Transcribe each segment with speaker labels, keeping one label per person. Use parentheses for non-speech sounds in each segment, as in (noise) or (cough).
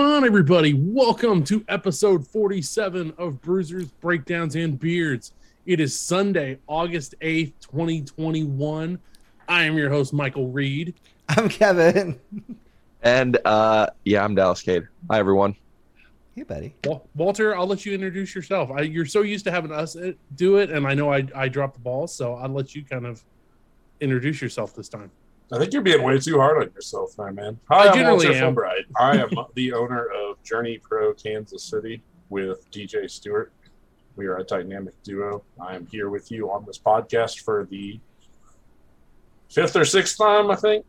Speaker 1: everybody. Welcome to episode 47 of Bruisers, Breakdowns, and Beards. It is Sunday, August 8th, 2021. I am your host, Michael Reed.
Speaker 2: I'm Kevin.
Speaker 3: And uh, yeah, I'm Dallas Cade. Hi, everyone.
Speaker 2: Hey, buddy.
Speaker 1: Wal- Walter, I'll let you introduce yourself. I, you're so used to having us uh, do it, and I know I, I dropped the ball, so I'll let you kind of introduce yourself this time.
Speaker 4: I think you're being way too hard on yourself, my man. Hi,
Speaker 1: I
Speaker 4: I am
Speaker 1: generally
Speaker 4: Walter
Speaker 1: am.
Speaker 4: Fulbright. I am the owner of Journey Pro Kansas City with DJ Stewart. We are a dynamic duo. I am here with you on this podcast for the fifth or sixth time, I think.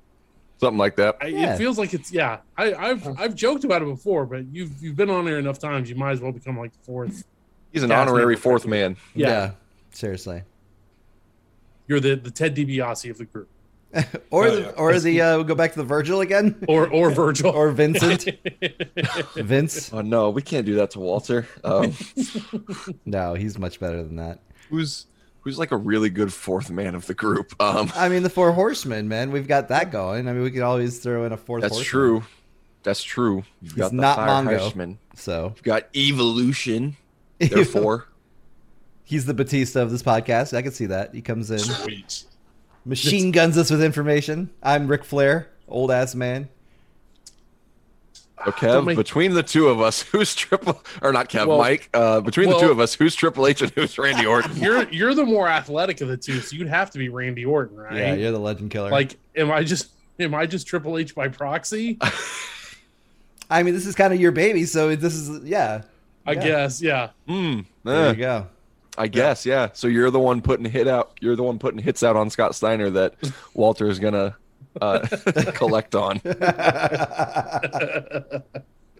Speaker 3: Something like that.
Speaker 1: I,
Speaker 2: Yeah.
Speaker 1: It feels like it's yeah. I, I've I've joked about it before, but you've you've been on there enough times. You might as well become like the fourth.
Speaker 3: He's an
Speaker 1: Yeah, it's
Speaker 3: honorary
Speaker 1: me.
Speaker 3: fourth man.
Speaker 1: Yeah,
Speaker 2: seriously.
Speaker 1: you're the the Ted DiBiase of the group,
Speaker 2: Or
Speaker 4: Oh,
Speaker 2: the,
Speaker 4: yeah.
Speaker 2: or the uh, go back to the Virgil
Speaker 1: (laughs)
Speaker 2: again,
Speaker 1: or or Virgil,
Speaker 2: or Vincent,
Speaker 1: (laughs)
Speaker 2: Vince.
Speaker 3: Oh no, we can't do that to Walter. (laughs) Um,
Speaker 2: No, he's much better than that.
Speaker 3: who's who's like a really good fourth man of the group? Um,
Speaker 2: I mean, the Four Horsemen, man. We've got that going. I mean, we could always throw in a fourth.
Speaker 3: that's
Speaker 2: horseman.
Speaker 3: true. That's true. You've
Speaker 2: He's not Mongo.
Speaker 3: Irishman.
Speaker 2: So
Speaker 3: You've got
Speaker 2: (laughs)
Speaker 3: evolution. Therefore,
Speaker 2: he's the Batista of this podcast. I can see that. He comes
Speaker 4: (laughs)
Speaker 2: in,
Speaker 4: Sweet.
Speaker 2: machine guns us with information. I'm Ric Flair, old ass man.
Speaker 3: so Kev,
Speaker 1: make-
Speaker 3: between the two of us, (laughs) who's triple or not Kev,
Speaker 1: Well-
Speaker 3: Mike? Uh, between the
Speaker 1: well-
Speaker 3: two of us, who's Triple H and who's Randy Orton?
Speaker 1: (laughs)
Speaker 3: (laughs)
Speaker 1: you're you're the more athletic of the two, so you'd have to be Randy Orton, right?
Speaker 2: Yeah, you're the legend killer.
Speaker 1: Like, am I just am I just Triple H by
Speaker 3: (laughs)
Speaker 1: proxy?
Speaker 2: I mean, this is kind of your baby, so this is yeah.
Speaker 1: I
Speaker 2: Yeah.
Speaker 1: guess, yeah. (laughs)
Speaker 3: Hmm.
Speaker 2: There
Speaker 3: eh.
Speaker 2: you go.
Speaker 3: I guess, yeah. So you're the one putting hit out. You're the one putting hits out on Scott Steiner
Speaker 1: (laughs)
Speaker 3: that Walter is gonna uh, (laughs) collect on.
Speaker 2: (laughs)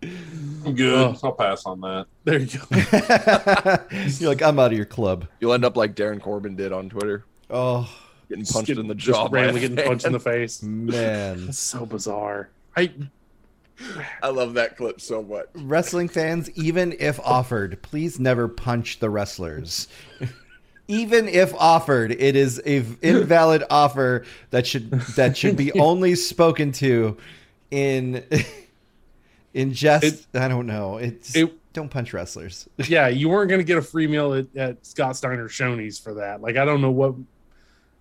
Speaker 4: I'm good.
Speaker 1: Oh.
Speaker 4: I'll pass on that.
Speaker 1: There you (laughs) go.
Speaker 2: You're like, I'm out of your club.
Speaker 3: You'll end up like Darren Corbin did on Twitter,
Speaker 2: Oh
Speaker 3: getting
Speaker 1: Just
Speaker 3: punched
Speaker 1: getting-
Speaker 3: in the
Speaker 1: just
Speaker 3: jaw. by a
Speaker 1: randomly getting
Speaker 3: fan.
Speaker 1: punched in the face.
Speaker 3: (laughs)
Speaker 2: man.
Speaker 1: That's so bizarre. I
Speaker 3: (laughs) I love that clip so much.
Speaker 2: Wrestling fans, even if offered, please never punch the wrestlers. even if offered, it is a v- invalid offer that should that should be only spoken to in in jest. I don't know. It's
Speaker 1: It-
Speaker 2: don't punch wrestlers.
Speaker 1: yeah, you weren't going to get a free meal at, at Scott Steiner Shoney's for that. Like, I don't know what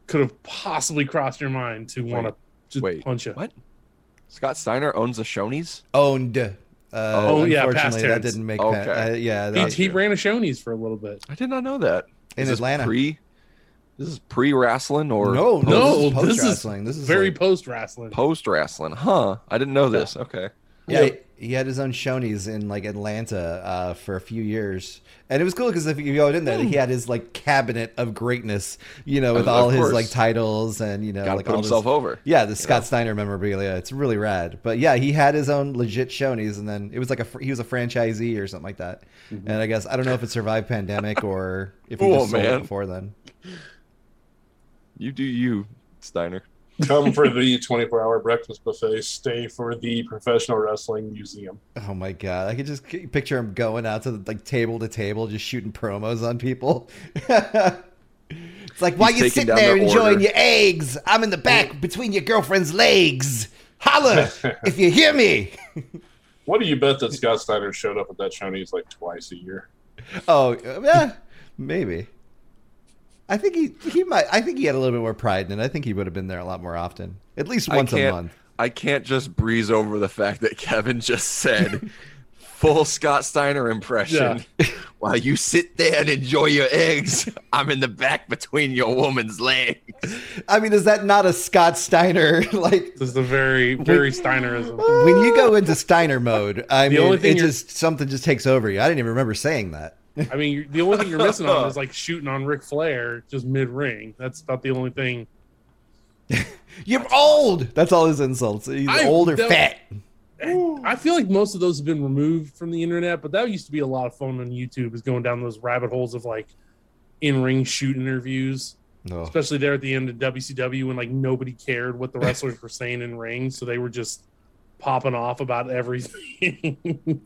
Speaker 1: could have possibly crossed your mind to want to just
Speaker 3: wait,
Speaker 1: punch it.
Speaker 3: what? Scott Steiner owns the Shoney's.
Speaker 2: Owned. Uh,
Speaker 3: Oh,
Speaker 1: yeah, past
Speaker 2: unfortunately, that
Speaker 1: tense.
Speaker 2: didn't make
Speaker 3: Okay.
Speaker 2: pa- uh, yeah,
Speaker 1: He,
Speaker 2: that,
Speaker 1: he ran a Shoney's for a little bit.
Speaker 3: I did not know that.
Speaker 2: In
Speaker 3: Is this
Speaker 2: Atlanta.
Speaker 3: Pre, this is pre wrestling or
Speaker 2: no,
Speaker 1: No,
Speaker 2: no,
Speaker 1: this
Speaker 2: this
Speaker 1: is
Speaker 2: is wrestling. This is
Speaker 1: Very
Speaker 2: like-
Speaker 1: post wrestling.
Speaker 3: post wrestling? Huh? I didn't know this. Okay.
Speaker 2: Yeah,
Speaker 1: Yeah.
Speaker 2: he had his own Shoney's in like Atlanta uh, for a few years, and it was cool because if you go in there, he had his like cabinet of greatness, you know, with
Speaker 3: Hmm. Of
Speaker 2: all his
Speaker 3: course.
Speaker 2: like titles and you know,
Speaker 3: Got to
Speaker 2: like
Speaker 3: put
Speaker 2: all
Speaker 3: himself
Speaker 2: this,
Speaker 3: over.
Speaker 2: yeah, the Scott Steiner memorabilia. It's really rad. But yeah, he had his own legit Shoney's, and then it was like a fr- he was a franchisee or something like that.
Speaker 3: Mm-hmm.
Speaker 2: And I guess I don't know if it survived pandemic or if
Speaker 3: (laughs)
Speaker 2: he
Speaker 3: Cool,
Speaker 2: just sold it
Speaker 3: Oh, man.
Speaker 2: before then.
Speaker 3: You do you, Steiner.
Speaker 4: Come
Speaker 1: (laughs)
Speaker 4: for the 24 hour breakfast buffet. Stay for the professional wrestling museum.
Speaker 2: Oh my god, I could just c- picture him going out to the, like table to table, just shooting promos on people. (laughs) it's like, why
Speaker 3: He's
Speaker 2: you
Speaker 3: taking
Speaker 2: sitting
Speaker 3: down
Speaker 2: there
Speaker 3: their
Speaker 2: enjoying
Speaker 3: order.
Speaker 2: your eggs? I'm in the
Speaker 3: (laughs)
Speaker 2: back between your girlfriend's legs. Holla if you hear
Speaker 3: (laughs)
Speaker 2: me.
Speaker 4: What do you bet that Scott Steiner showed up at that Shoney's like twice a year?
Speaker 2: Oh, yeah, maybe. I think he he might. I think he had a little bit more pride, and I think he would have been there a lot more often, at least once
Speaker 3: I
Speaker 2: a
Speaker 3: can't,
Speaker 2: month.
Speaker 3: I can't just breeze over the fact that Kevin just (laughs) said full Scott Steiner impression. (laughs) While you sit there and enjoy your eggs, I'm in the back between your woman's legs.
Speaker 2: I mean, is that not a Scott Steiner (laughs) like?
Speaker 1: This is a
Speaker 3: (laughs)
Speaker 1: very, very Steinerism.
Speaker 2: when you go into Steiner mode, I
Speaker 1: The
Speaker 2: mean,
Speaker 1: only thing
Speaker 2: it
Speaker 1: you're-
Speaker 2: just something just takes over you. I didn't even remember saying that.
Speaker 1: I mean, you're- the only thing you're missing on is like shooting on Ric Flair just mid ring. That's about the only thing.
Speaker 2: You're old. That's all his insults. He's
Speaker 1: I-
Speaker 2: old or
Speaker 1: that-
Speaker 2: fat.
Speaker 1: I feel like most of those have been removed from the internet, but that used to be a lot of fun on YouTube. Is going down those rabbit holes of like in ring shoot interviews.
Speaker 2: No.
Speaker 1: especially there at the end of WCW when like nobody cared what the wrestlers were saying in rings, so they were just popping off about everything. (laughs)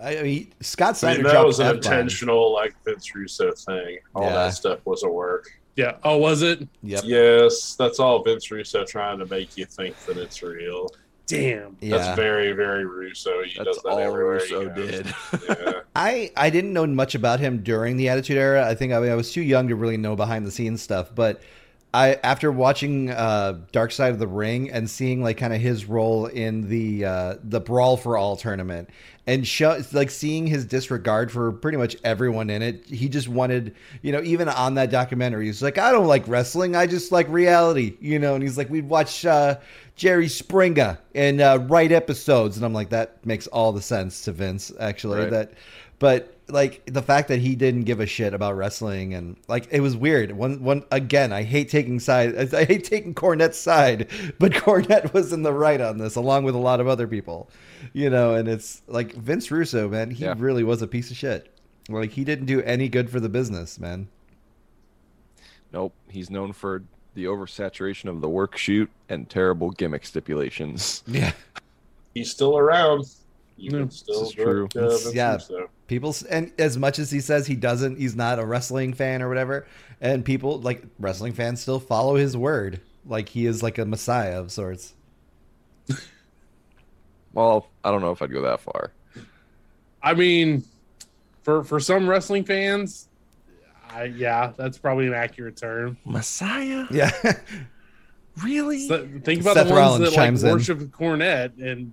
Speaker 2: I I mean, Scott
Speaker 4: I
Speaker 2: Steiner
Speaker 4: mean, that
Speaker 2: dropped
Speaker 4: was an
Speaker 2: F-bombs.
Speaker 4: intentional, like Vince Russo thing. All
Speaker 2: Yeah.
Speaker 4: that stuff was a work.
Speaker 1: yeah. Oh, was it?
Speaker 2: Yep.
Speaker 4: Yes, that's all Vince Russo trying to make you think that it's real.
Speaker 1: damn.
Speaker 2: Yeah.
Speaker 4: That's very, very Russo. He
Speaker 3: That's
Speaker 4: does that
Speaker 3: all
Speaker 4: everywhere
Speaker 3: Russo
Speaker 4: he goes.
Speaker 3: did.
Speaker 4: (laughs) Yeah.
Speaker 2: I, I didn't know much about him during the Attitude Era. I think I, mean, I was too young to really know behind the scenes stuff. But I after watching uh, Dark Side of the Ring and seeing like kind of his role in the uh, the Brawl for All tournament and show, like seeing his disregard for pretty much everyone in it. He just wanted you know even on that documentary he's like I don't like wrestling. I just like reality. You know, and he's like we'd watch. Uh, Jerry Springer and uh, write episodes. And I'm like, that makes all the sense to Vince, actually.
Speaker 3: Right.
Speaker 2: That, but like the fact that he didn't give a shit about wrestling and like it was weird. One, one again, I hate taking side. (laughs) I hate taking Cornette's side, but (laughs) Cornette was in the right on this, along with a lot of other people, you know. And it's like Vince Russo, man, he
Speaker 3: Yeah.
Speaker 2: really was a piece of shit. Like he didn't do any good for the business, man.
Speaker 3: (laughs) Nope. He's known for the oversaturation of the work shoot and terrible gimmick stipulations.
Speaker 2: Yeah.
Speaker 4: He's still around.
Speaker 1: Yeah,
Speaker 4: You can
Speaker 1: this
Speaker 4: still
Speaker 3: is true.
Speaker 4: work, uh, Vince
Speaker 2: Yeah.
Speaker 4: Russo.
Speaker 2: people s- and as much as he says he doesn't he's not a wrestling fan or whatever and people like wrestling fans still follow his word like he is like a messiah of sorts
Speaker 3: Well, I don't know if I'd go that far.
Speaker 1: I mean, for for some wrestling fans, I, yeah, that's probably an accurate term.
Speaker 3: Messiah?
Speaker 2: (laughs) yeah
Speaker 3: Really?
Speaker 1: So, think about
Speaker 2: Seth
Speaker 1: the ones
Speaker 2: Rollins
Speaker 1: that like
Speaker 2: chimes in.
Speaker 1: worship Cornette, and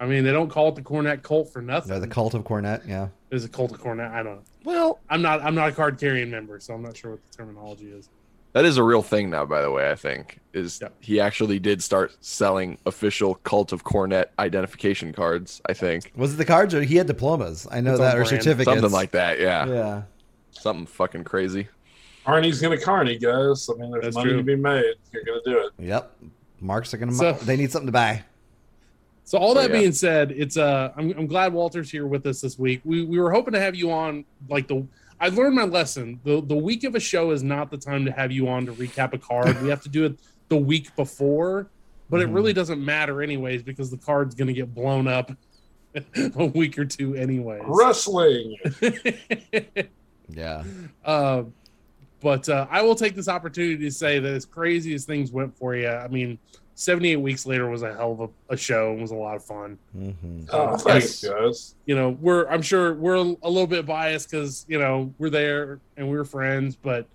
Speaker 1: I mean, they don't call it the Cornette cult for nothing.
Speaker 2: No, the cult of cornet yeah
Speaker 1: There's a cult of Cornette. I don't know.
Speaker 3: well,
Speaker 1: I'm not. I'm not a card carrying member, so I'm not sure what the terminology is.
Speaker 3: that is a real thing now, by the way, I think. Is
Speaker 1: Yeah.
Speaker 3: he actually did start selling official cult of cornet identification cards, I think.
Speaker 2: was it the cards or he had diplomas i know
Speaker 1: It's on
Speaker 2: that or
Speaker 1: brand.
Speaker 2: certificates
Speaker 3: Something like that, yeah.
Speaker 2: yeah
Speaker 3: Something fucking crazy.
Speaker 4: Arnie's gonna Carney, guys. I mean, there's
Speaker 1: That's
Speaker 4: money
Speaker 1: true.
Speaker 4: to be made. You're gonna do it.
Speaker 2: yep marks are gonna
Speaker 1: So-
Speaker 2: they need something to buy
Speaker 1: So all
Speaker 3: So,
Speaker 1: that
Speaker 3: yeah.
Speaker 1: being said, it's uh, I'm, I'm glad Walter's here with us this week. We we were hoping to have you on like the. I learned my lesson. the The week of a show is not the time to have you on to recap a card. we have to do it the week before, but
Speaker 2: Mhm.
Speaker 1: it really doesn't matter anyways because the card's going to get blown up (laughs) a week or two anyways.
Speaker 2: (laughs)
Speaker 4: Wrestling.
Speaker 2: yeah
Speaker 1: (laughs) Uh, but uh, I will take this opportunity to say that as crazy as things went for you, I mean, 78 weeks later was a hell of a, a show and was a lot of fun.
Speaker 2: hmm
Speaker 4: Oh,
Speaker 1: Yes.
Speaker 4: thanks, guys.
Speaker 1: You know, we're, I'm sure we're a little bit biased because, you know, we're there and we were friends. But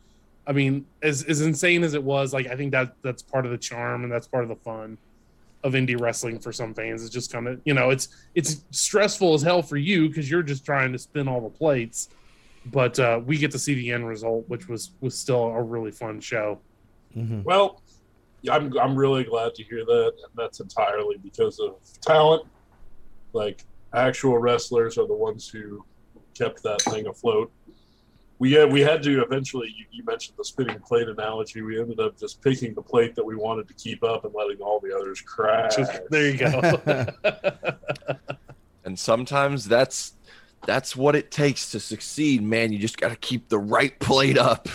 Speaker 1: I mean, as, as insane as it was, like, I think that that's part of the charm and that's part of the fun of indie wrestling for some fans. It's just kind of, you know, it's, it's stressful as hell for you because you're just trying to spin all the plates but uh, we get to see the end result, which was was still a really fun show.
Speaker 4: (laughs)
Speaker 2: hmm
Speaker 4: Well, I'm I'm really glad to hear that, and that's entirely because of talent. Like actual wrestlers are the ones who kept that thing afloat. We had we had to eventually. You, you mentioned the spinning plate analogy. We ended up just picking the plate that we wanted to keep up and letting all the others crash.
Speaker 1: Just- there you
Speaker 2: (laughs)
Speaker 1: go.
Speaker 2: Mm-hmm.
Speaker 3: And sometimes that's that's what it takes to succeed, man. You just got to keep the right plate up.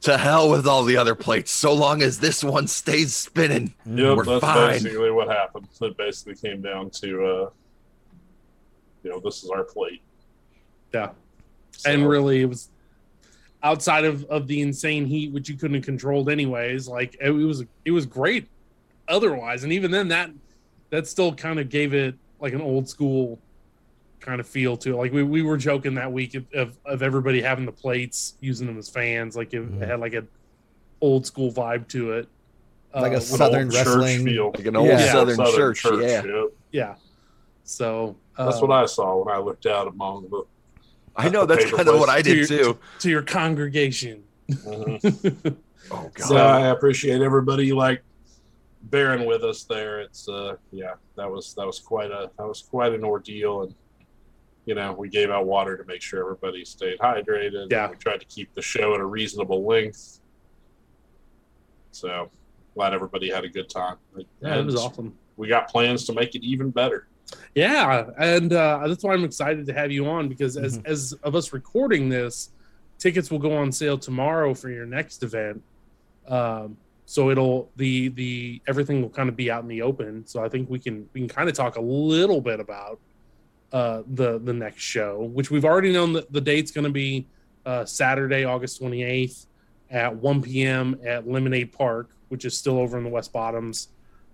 Speaker 3: to hell with all the other plates. So long as this one stays spinning.
Speaker 4: Yep,
Speaker 3: We're
Speaker 4: that's
Speaker 3: fine.
Speaker 4: basically what happened. It basically came down to, uh, you know, this is our plate.
Speaker 1: yeah,
Speaker 4: So-
Speaker 1: and really, it was outside of of the insane heat, which you couldn't have controlled anyways. Like it was it was great otherwise, and even then that that still kind of gave it like an old school kind of feel to it. Like we, we were joking that week of, of, of everybody having the plates, using them as fans. Like it,
Speaker 2: Mhm.
Speaker 1: it had like an old school vibe to it. Uh,
Speaker 2: Like a
Speaker 1: with-
Speaker 4: an
Speaker 2: Southern
Speaker 4: old church
Speaker 2: wrestling-
Speaker 4: feel.
Speaker 3: Like an old
Speaker 2: Yeah.
Speaker 3: southern, church. Yeah.
Speaker 4: yep.
Speaker 1: Yeah. So uh,
Speaker 4: That's what I saw when I looked out among the.
Speaker 3: I know that's
Speaker 4: Paper
Speaker 3: kind of what I
Speaker 1: plates.
Speaker 3: did
Speaker 1: Dude.
Speaker 3: too.
Speaker 1: to your congregation. Mm-hmm.
Speaker 3: Oh god.
Speaker 4: (laughs) So I appreciate everybody like bearing with us there. It's uh, yeah, that was that was quite a that was quite an ordeal, and you know we gave out water to make sure everybody stayed hydrated.
Speaker 1: Yeah.
Speaker 4: we tried to keep the show at a reasonable length. So glad everybody had a good time.
Speaker 1: Yeah, it was awesome.
Speaker 4: We got plans to make it even better.
Speaker 1: Yeah, and uh, that's why I'm excited to have you on because as as of us recording this, tickets will go on sale tomorrow for your next event. Um, so it'll the the everything will kind of be out in the open. So I think we can we can kind of talk a little bit about uh, the the next show, which we've already known that the date's going to be uh, Saturday, August 28th at 1 p.m. at Lemonade Park, which is still over in the West Bottoms.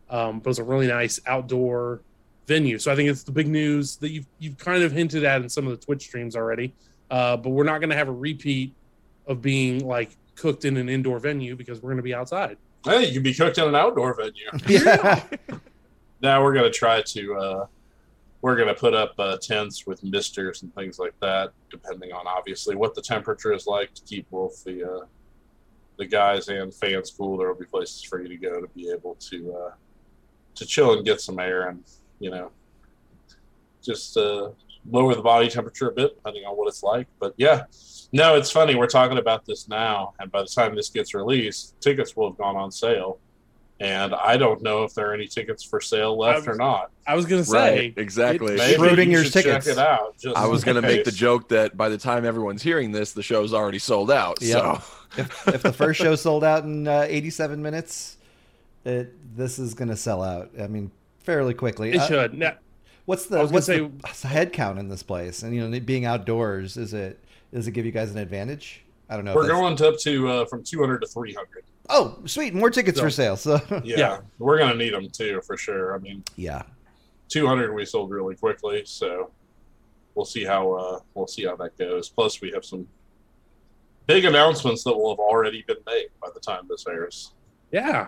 Speaker 1: Um, but it was a really nice outdoor venue. So I think it's the big news that you've you've kind of hinted at in some of the Twitch streams already. Uh, but we're not going to have a repeat of being like cooked in an indoor venue because we're going to be outside.
Speaker 4: Hey, you can be cooked in an outdoor venue.
Speaker 2: (laughs) Yeah.
Speaker 4: now we're gonna try to uh, we're gonna put up uh, tents with misters and things like that, depending on obviously what the temperature is like to keep both the uh, the guys and fans cool. There will be places for you to go to be able to uh, to chill and get some air and you know just uh, lower the body temperature a bit depending on what it's like. But yeah, no, it's funny we're talking about this now, and by the time this gets released, tickets will have gone on sale. And I don't know if there are any tickets for sale left or not.
Speaker 1: I was going to say
Speaker 3: Right. Exactly.
Speaker 2: Maybe. Schrodinger's
Speaker 4: should
Speaker 2: tickets.
Speaker 4: Check it out. Just
Speaker 3: I was
Speaker 4: in
Speaker 3: going to make the
Speaker 4: case.
Speaker 3: joke that by the time everyone's hearing this, the show's already sold out.
Speaker 2: Yep.
Speaker 3: So
Speaker 2: if, if the first show sold out in uh, 87 minutes, it, this is going to sell out. I mean, fairly quickly.
Speaker 1: it
Speaker 2: Uh,
Speaker 1: should. Now,
Speaker 2: what's
Speaker 1: I
Speaker 2: the
Speaker 1: was gonna
Speaker 2: what's
Speaker 1: say-
Speaker 2: the s- head count in this place? And you know, it being outdoors, is it does it give you guys an advantage? I don't know. if
Speaker 4: We're
Speaker 2: that's-
Speaker 4: going to up to uh, from 200 to 300.
Speaker 2: Oh, sweet, more tickets
Speaker 4: So-
Speaker 2: for sale. So (laughs)
Speaker 4: Yeah,
Speaker 1: Yeah.
Speaker 4: we're going to need them too for sure. I mean,
Speaker 2: yeah,
Speaker 4: 200 we sold really quickly, so we'll see how uh, we'll see how that goes. Plus, we have some big announcements that will have already been made by the time this airs.
Speaker 1: yeah,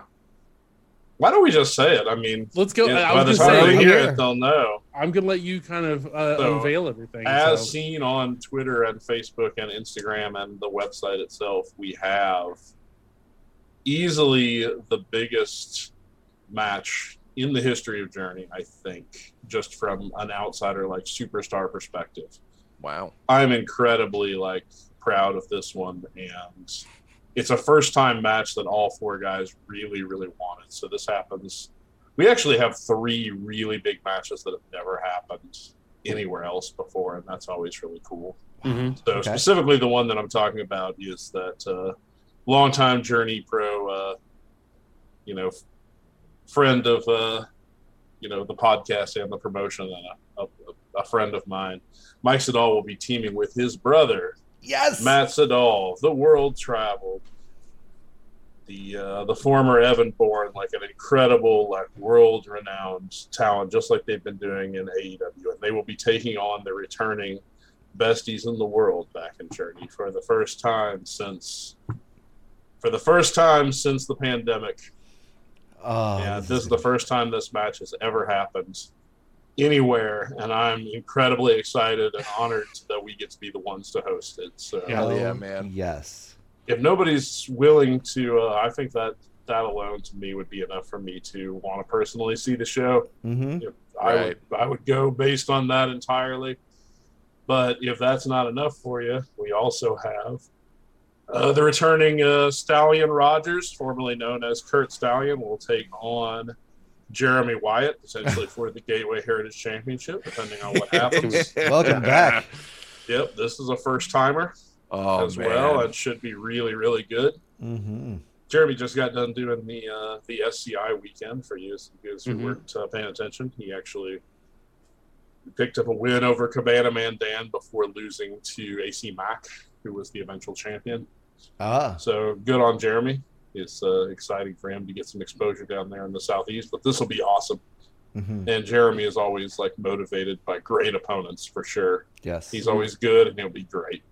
Speaker 4: Why don't we just say it? I mean,
Speaker 1: let's go.
Speaker 4: yeah,
Speaker 1: I
Speaker 4: by
Speaker 1: was
Speaker 4: the
Speaker 1: going
Speaker 4: time
Speaker 1: to say,
Speaker 4: they
Speaker 2: we
Speaker 4: hear
Speaker 2: Yeah.
Speaker 4: it, they'll know.
Speaker 1: I'm going to let you kind of uh,
Speaker 4: So,
Speaker 1: unveil everything.
Speaker 4: As
Speaker 1: so.
Speaker 4: seen on Twitter and Facebook and Instagram and the website itself, we have easily the biggest match in the history of Journey, I think, just from an outsider like superstar perspective.
Speaker 3: wow.
Speaker 4: I'm incredibly like proud of this one and it's a first time match that all four guys really, really wanted. So this happens. We actually have three really big matches that have never happened anywhere else before, and that's always really cool.
Speaker 1: Mhm.
Speaker 4: So
Speaker 2: Okay.
Speaker 4: specifically, the one that I'm talking about is that uh, longtime Journey Pro, uh, you know, f- friend of uh, you know the podcast and the promotion, and a, a, a friend of mine, Mike Siddall will be teaming with his brother
Speaker 2: yes,
Speaker 4: Matt Siddall, the world traveled, the uh, the former Evan Bourne, like an incredible, like world renowned talent, just like they've been doing in AEW, and they will be taking on the returning besties in the world back in Journey for the first time since for the first time since the pandemic.
Speaker 2: Oh,
Speaker 4: Yeah, this is the first time this match has ever happened anywhere, and I'm incredibly excited and honored that we get to be the ones to host it. So.
Speaker 1: Yeah.
Speaker 3: Hell yeah,
Speaker 2: oh,
Speaker 3: man.
Speaker 2: Yes,
Speaker 4: if nobody's willing to, uh, I think that that alone to me would be enough for me to want to personally see the show.
Speaker 2: hmm
Speaker 4: I would, I would go based on that entirely. But if that's not enough for you, we also have uh, the returning uh, Stallion Rogers, formerly known as Kurt Stallion, will take on Jeremy Wyatt, potentially for the Gateway Heritage Championship, depending
Speaker 3: (laughs)
Speaker 4: on what happens.
Speaker 2: welcome back.
Speaker 4: yep, this is a first timer
Speaker 3: Oh,
Speaker 4: as
Speaker 3: man.
Speaker 4: well, and should be really, really good.
Speaker 2: hmm
Speaker 4: Jeremy just got done doing the uh, the SCI weekend for you because you
Speaker 1: Mhm.
Speaker 4: weren't uh, paying attention. He actually picked up a win over Cabana Man Dan before losing to AC Mack, who was the eventual champion.
Speaker 2: Ah,
Speaker 4: So good on Jeremy. It's uh, exciting for him to get some exposure down there in the southeast, but this will be awesome.
Speaker 2: mhm,
Speaker 4: And Jeremy is always like motivated by great opponents for sure.
Speaker 2: yes.
Speaker 4: He's always good, and he'll be great.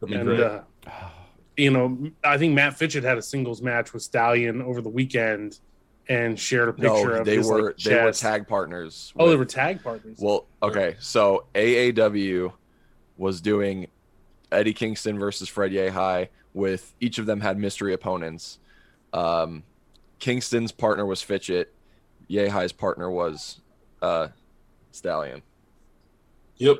Speaker 4: He'll be
Speaker 1: And
Speaker 4: great.
Speaker 1: uh,
Speaker 2: Oh,
Speaker 1: you know, I think Matt Fitchett had a singles match with Stallion over the weekend and shared a picture
Speaker 3: No,
Speaker 1: of
Speaker 3: they
Speaker 1: his, like,
Speaker 3: were they were
Speaker 1: chest.
Speaker 3: tag partners.
Speaker 1: Oh, they
Speaker 3: with-
Speaker 1: were tag partners.
Speaker 3: Well, okay. So AAW was doing Eddie Kingston versus Fred Yehai with each of them had mystery opponents. Um, Kingston's partner was Fitchett. Yehai's partner was uh, Stallion.
Speaker 4: yep.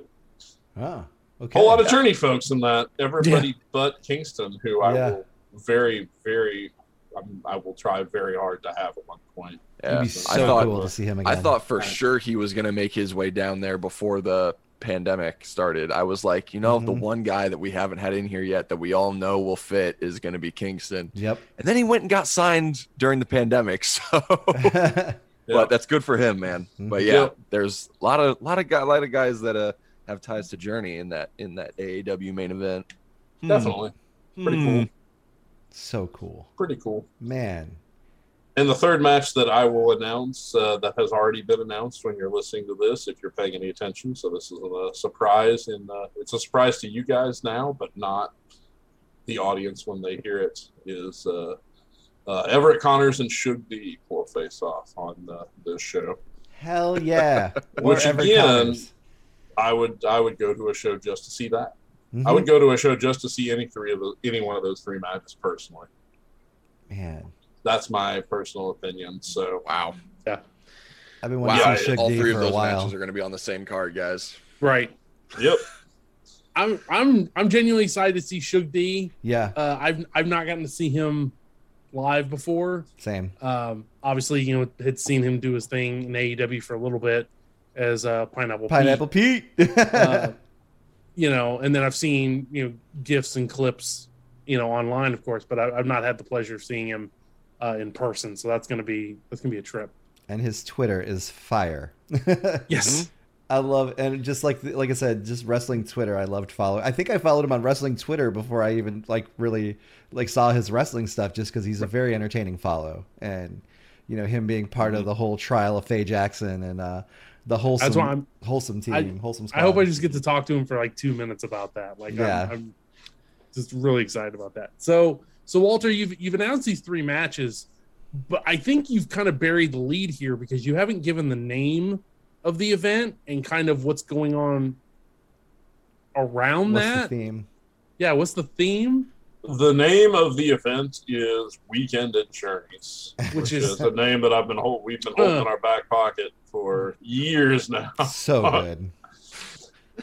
Speaker 2: ah, okay.
Speaker 4: whole lot of journey folks in that. Everybody but Kingston, who I
Speaker 2: Yeah.
Speaker 4: will very, very, um, I will try very hard to have at one point.
Speaker 2: It'd
Speaker 3: Yeah.
Speaker 2: be
Speaker 3: I
Speaker 2: so
Speaker 3: thought
Speaker 2: cool to see him
Speaker 3: I
Speaker 2: again.
Speaker 3: thought for
Speaker 4: Right.
Speaker 3: sure he was gonna make his way down there before the pandemic started. I was like, you know, the
Speaker 2: Mhm.
Speaker 3: one guy that we haven't had in here yet that we all know will fit is gonna be Kingston.
Speaker 2: Yep.
Speaker 3: And then he went and got signed during the pandemic. (laughs) So (laughs)
Speaker 2: (laughs)
Speaker 4: Yeah.
Speaker 3: but that's good for him, man. But
Speaker 2: Mhm.
Speaker 3: yeah,
Speaker 4: Yep.
Speaker 3: there's a lot of lot of guy, lot of guys that uh have ties to Journey in that in that AAW main event.
Speaker 2: Hmm.
Speaker 4: Definitely. Pretty
Speaker 3: Hmm.
Speaker 4: cool.
Speaker 2: so cool,
Speaker 4: Pretty cool.
Speaker 2: man.
Speaker 4: And the third match that I will announce uh, that has already been announced when you're listening to this, if you're paying any attention. So this is a surprise, and uh, it's a surprise to you guys now, but not the audience when they hear it. Is uh, uh, Everett Connors and Should Be will face off on uh, this show.
Speaker 2: Hell
Speaker 3: (laughs)
Speaker 2: yeah.
Speaker 4: Which
Speaker 2: Wherever
Speaker 4: again-
Speaker 2: comes.
Speaker 4: I would I would go to a show just to see that. I
Speaker 2: Mhm.
Speaker 1: Mm-hmm.
Speaker 4: would go to a show just to see any three of the, any one of those three matches personally.
Speaker 2: Man,
Speaker 4: That's my personal opinion. So
Speaker 3: Wow.
Speaker 2: I've been wanting
Speaker 3: Wow.
Speaker 2: to see Shug
Speaker 3: All
Speaker 2: D
Speaker 3: three of
Speaker 2: for a
Speaker 3: those
Speaker 2: while.
Speaker 3: matches are going to be on the same card, guys.
Speaker 1: Right.
Speaker 4: yep,
Speaker 1: I'm I'm I'm genuinely excited to see Shug D.
Speaker 2: Yeah,
Speaker 1: Uh, I've I've not gotten to see him live before.
Speaker 2: same.
Speaker 1: Um, obviously, you know, had seen him do his thing in AEW for a little bit as uh, Pineapple. Pete.
Speaker 2: Pineapple Pete.
Speaker 1: (laughs)
Speaker 2: (laughs)
Speaker 1: Uh, you know, and then I've seen you know gifs and clips, you know, online, of course, but I, I've not had the pleasure of seeing him uh, in person. So that's gonna be that's gonna be a trip.
Speaker 2: and his Twitter is fire. (laughs)
Speaker 1: Yes.
Speaker 2: I love and just like like I said, just wrestling Twitter. I loved following. I think I followed him on wrestling Twitter before I even like really like saw his wrestling stuff, just because he's a very entertaining follow. And you know him being part
Speaker 3: Mm-hmm.
Speaker 2: of the whole trial of Faye Jackson and uh, the wholesome
Speaker 1: That's why I'm.
Speaker 2: wholesome team,
Speaker 1: I-
Speaker 2: wholesome. Squad.
Speaker 1: I hope I just get to talk to him for like two minutes about that. Like,
Speaker 2: Um, Yeah.
Speaker 1: I'm, I'm just really excited about that. So, so Walter, you've you've announced these three matches, but I think you've kind of buried the lead here because you haven't given the name of the event and kind of what's going on around
Speaker 2: What's
Speaker 1: that.
Speaker 2: the
Speaker 1: (laughs)
Speaker 2: theme?
Speaker 1: yeah, what's the theme?
Speaker 4: the name of the event is Weekend at Journeys,
Speaker 1: (laughs) Which
Speaker 4: which
Speaker 1: is
Speaker 4: is a name that I've been hold, we've been holding in our back pocket for years now,
Speaker 2: So good.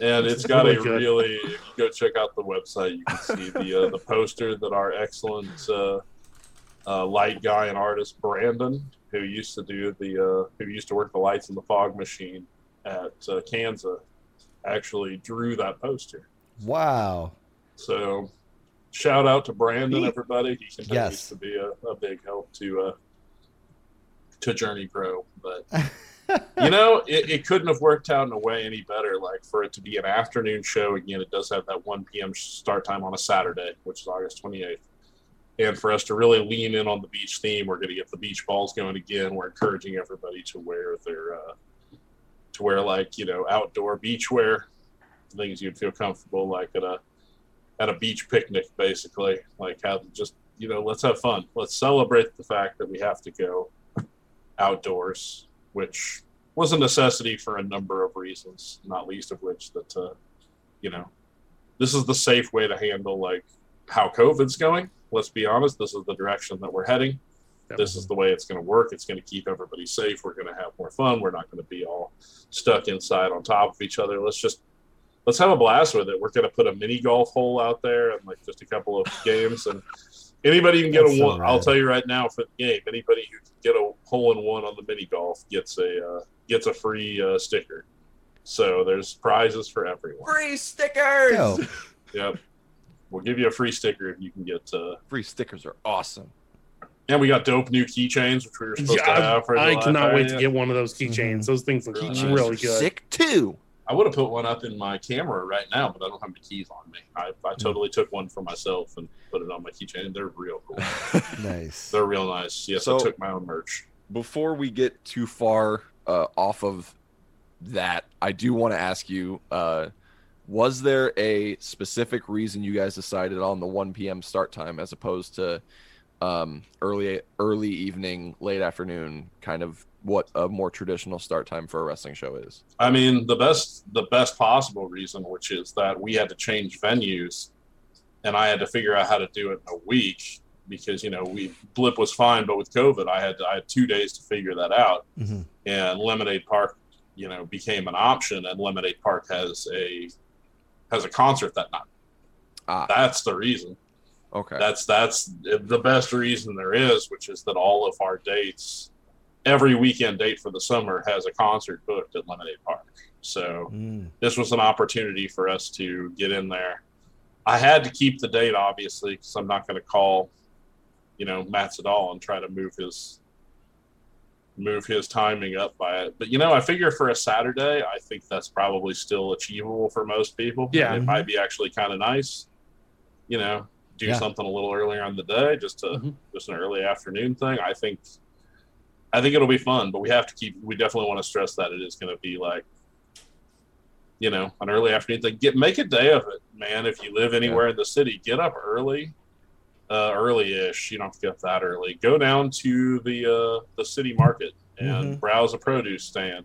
Speaker 4: and it's got a
Speaker 1: Really good.
Speaker 4: really. If you go check out the website, you can see the uh, the poster that our excellent uh, uh, light guy and artist Brandon, who used to do the uh, who used to work the lights in the fog machine at uh, Kansas, actually drew that poster.
Speaker 1: (laughs)
Speaker 2: Wow.
Speaker 4: So, shout out to Brandon, everybody. He continues
Speaker 2: Yes.
Speaker 4: to be a, a big help to uh, to Journey Pro. But (laughs)
Speaker 2: (laughs)
Speaker 4: you know, it, it couldn't have worked out in a way any better. Like for it to be an afternoon show again, it does have that 1 p.m. start time on a Saturday, which is August 28th. And for us to really lean in on the beach theme, we're going to get the beach balls going again. We're encouraging everybody to wear their uh, to wear like you know outdoor beach wear things you'd feel comfortable like at a at a beach picnic basically like have just you know let's have fun let's celebrate the fact that we have to go outdoors which was a necessity for a number of reasons not least of which that uh, you know this is the safe way to handle like how covid's going let's be honest this is the direction that we're heading
Speaker 1: Yep.
Speaker 4: this is the way it's going to work it's going to keep everybody safe we're going to have more fun we're not going to be all stuck inside on top of each other let's just let's have a blast with it we're going to put a mini golf hole out there and like just a couple of games and anybody can get
Speaker 2: That's
Speaker 4: a
Speaker 2: so
Speaker 4: one i'll
Speaker 2: rad.
Speaker 4: tell you right now for the game anybody who can get a hole in one on the mini golf gets a uh, gets a free uh, sticker so there's prizes for everyone
Speaker 3: Free stickers.
Speaker 2: Dope.
Speaker 4: yep we'll give you a free sticker if you can get uh,
Speaker 3: Free stickers are awesome.
Speaker 4: And we got dope new keychains, which we were supposed to
Speaker 1: Yeah,
Speaker 4: have. For the
Speaker 1: I, I
Speaker 4: last
Speaker 1: cannot wait to
Speaker 4: area.
Speaker 1: get one of those keychains.
Speaker 2: Mhm.
Speaker 1: Those things look
Speaker 4: Really
Speaker 1: really,
Speaker 4: nice.
Speaker 1: good.
Speaker 3: Sick too.
Speaker 4: I would have put one up in my camera right now, but I don't have the keys on me. I, I
Speaker 1: Mm.
Speaker 4: totally took one for myself and put it on my keychain. They're real cool.
Speaker 2: Nice.
Speaker 4: They're real nice. Yes,
Speaker 3: So-
Speaker 4: I took my own merch.
Speaker 3: (laughs) Before we get too far uh, off of that, I do want to ask you: uh, Was there a specific reason you guys decided on the 1 p.m. start time as opposed to um, early early evening, late afternoon? Kind of what a more traditional start time for a wrestling show is.
Speaker 4: I mean, the best the best possible reason, which is that we had to change venues, and I had to figure out how to do it in a week because you know we blip was fine, but with COVID, I had I had two days to figure that out.
Speaker 2: Mhm.
Speaker 4: and Lemonade Park, you know, became an option, and Lemonade Park has a has a concert that night.
Speaker 3: Ah.
Speaker 4: That's the reason.
Speaker 3: Okay.
Speaker 4: That's that's the best reason there is, which is that all of our dates, every weekend date for the summer has a concert booked at Lemonade Park. So
Speaker 2: (laughs) Mm.
Speaker 4: this was an opportunity for us to get in there. I had to keep the date, obviously, because I'm not going to call, you know, Matt Sedal and try to move his move his timing up by it. But you know, I figure for a Saturday, I think that's probably still achievable for most people.
Speaker 1: Yeah.
Speaker 4: it might be actually kind of nice. You know, do
Speaker 2: Yeah.
Speaker 4: something a little earlier on the day, just to
Speaker 1: Mhm.
Speaker 4: just an early afternoon thing. I think I think it'll be fun, but we have to keep. We definitely want to stress that it is going to be like, you know, an early afternoon thing. Get make a day of it, man. If you live anywhere in the city, get up early, uh, early-ish. You don't have to get up that early. Go down to the uh, the city market and browse a produce stand.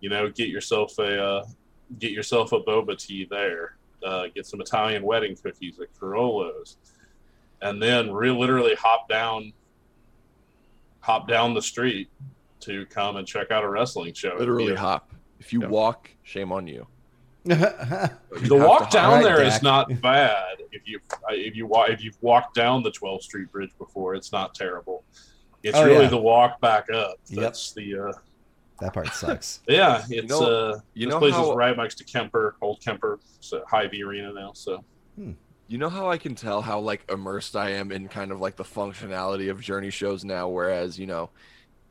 Speaker 4: You know, get yourself a uh, get yourself a boba tea there. Uh, get some Italian wedding cookies at Carolo's, and then re- literally hop down, hop down the street to come and check out a wrestling show.
Speaker 3: Literally
Speaker 4: Yeah.
Speaker 3: hop. If you
Speaker 4: Yeah.
Speaker 3: walk, shame on you. You
Speaker 4: the
Speaker 3: have to
Speaker 4: walk
Speaker 3: hop.
Speaker 4: down
Speaker 2: Alright,
Speaker 4: there is
Speaker 2: Dak.
Speaker 4: not bad. If you if you wa- if you've walked down the 12th Street Bridge before, it's not terrible. It's
Speaker 2: Oh,
Speaker 4: really
Speaker 2: yeah.
Speaker 4: the walk back up.
Speaker 2: Yep.
Speaker 4: That's the uh,
Speaker 2: that part sucks.
Speaker 4: yeah. It's
Speaker 3: know-
Speaker 4: uh,
Speaker 3: You
Speaker 4: this
Speaker 3: know
Speaker 4: place
Speaker 3: how
Speaker 4: is right next to Kemper, Old Kemper, so High V Arena now. So
Speaker 3: You know how I can tell how like immersed I am in kind of like the functionality of Journey shows now, whereas you know,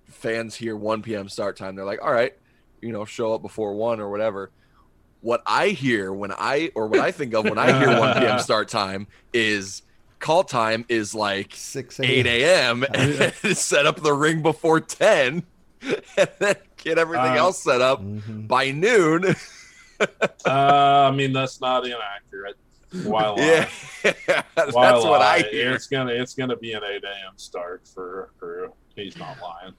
Speaker 3: fans hear 1 p.m. start time, they're like, all right, you know, show up before one or whatever. What I hear when I or what I think of when I hear 1 p.m. start time is call time is like
Speaker 2: Six
Speaker 3: 8 a.m. and (laughs) set up the ring before 10 (laughs) and then get everything
Speaker 4: Uh,
Speaker 3: else set up
Speaker 2: Mhm.
Speaker 3: by noon.
Speaker 4: uh, I mean that's not inaccurate. While
Speaker 3: (laughs) (laughs) yeah, (laughs) that's
Speaker 4: While
Speaker 3: what I
Speaker 4: I-
Speaker 3: hear.
Speaker 4: uh, It's gonna it's gonna be an eight a.m. start for crew. He's not lying.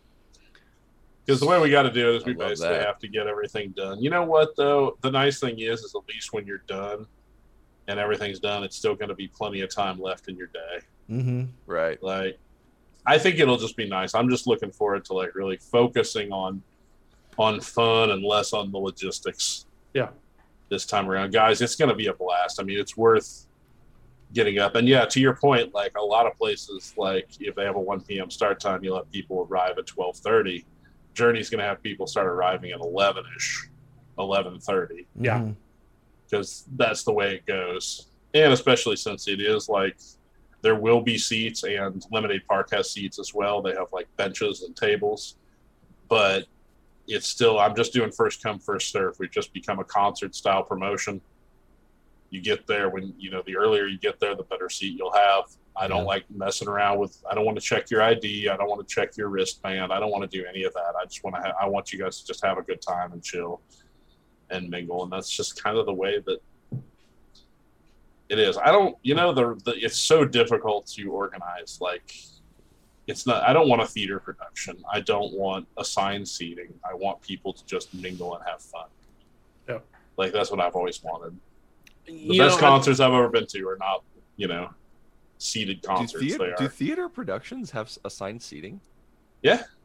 Speaker 4: Because the way we got to do it is
Speaker 3: I
Speaker 4: we
Speaker 3: love
Speaker 4: basically
Speaker 3: that.
Speaker 4: have to get everything done. You know what though? The nice thing is, is at least when you're done and everything's done, it's still going to be plenty of time left in your day.
Speaker 2: Mhm.
Speaker 3: Right.
Speaker 4: Like, I think it'll just be nice. I'm just looking forward to like really focusing on on fun and less on the logistics.
Speaker 1: Yeah.
Speaker 4: This time around, guys, it's going to be a blast. I mean, it's worth getting up. And yeah, to your point, like a lot of places, like if they have a 1 p.m. start time, you'll have people arrive at 12:30. Journey's going to have people start arriving at 11 ish, 11:30
Speaker 1: Yeah.
Speaker 2: Mhm.
Speaker 4: because that's the way it goes. And especially since it is like there will be seats, and Lemonade Park has seats as well. They have like benches and tables, but it's still, I'm just doing first come, first serve. We've just become a concert style promotion. You get there when, you know, the earlier you get there, the better seat you'll have. I don't
Speaker 2: Yeah.
Speaker 4: like messing around with, I don't want to check your ID. I don't want to check your wristband. I don't want to do any of that. I just want to, ha- I want you guys to just have a good time and chill and mingle. And that's just kind of the way that it is. I don't, you know, the, the it's so difficult to organize. Like, it's not. I don't want a theater production. I don't want assigned seating. I want people to just mingle and have fun.
Speaker 1: Yeah.
Speaker 4: Like that's what I've always wanted. The
Speaker 1: You
Speaker 4: best
Speaker 1: know, I-
Speaker 4: concerts I've ever been to are not, you know, seated
Speaker 3: Do
Speaker 4: concerts.
Speaker 3: theater,
Speaker 4: they
Speaker 3: do
Speaker 4: are
Speaker 3: theater productions have s- assigned seating?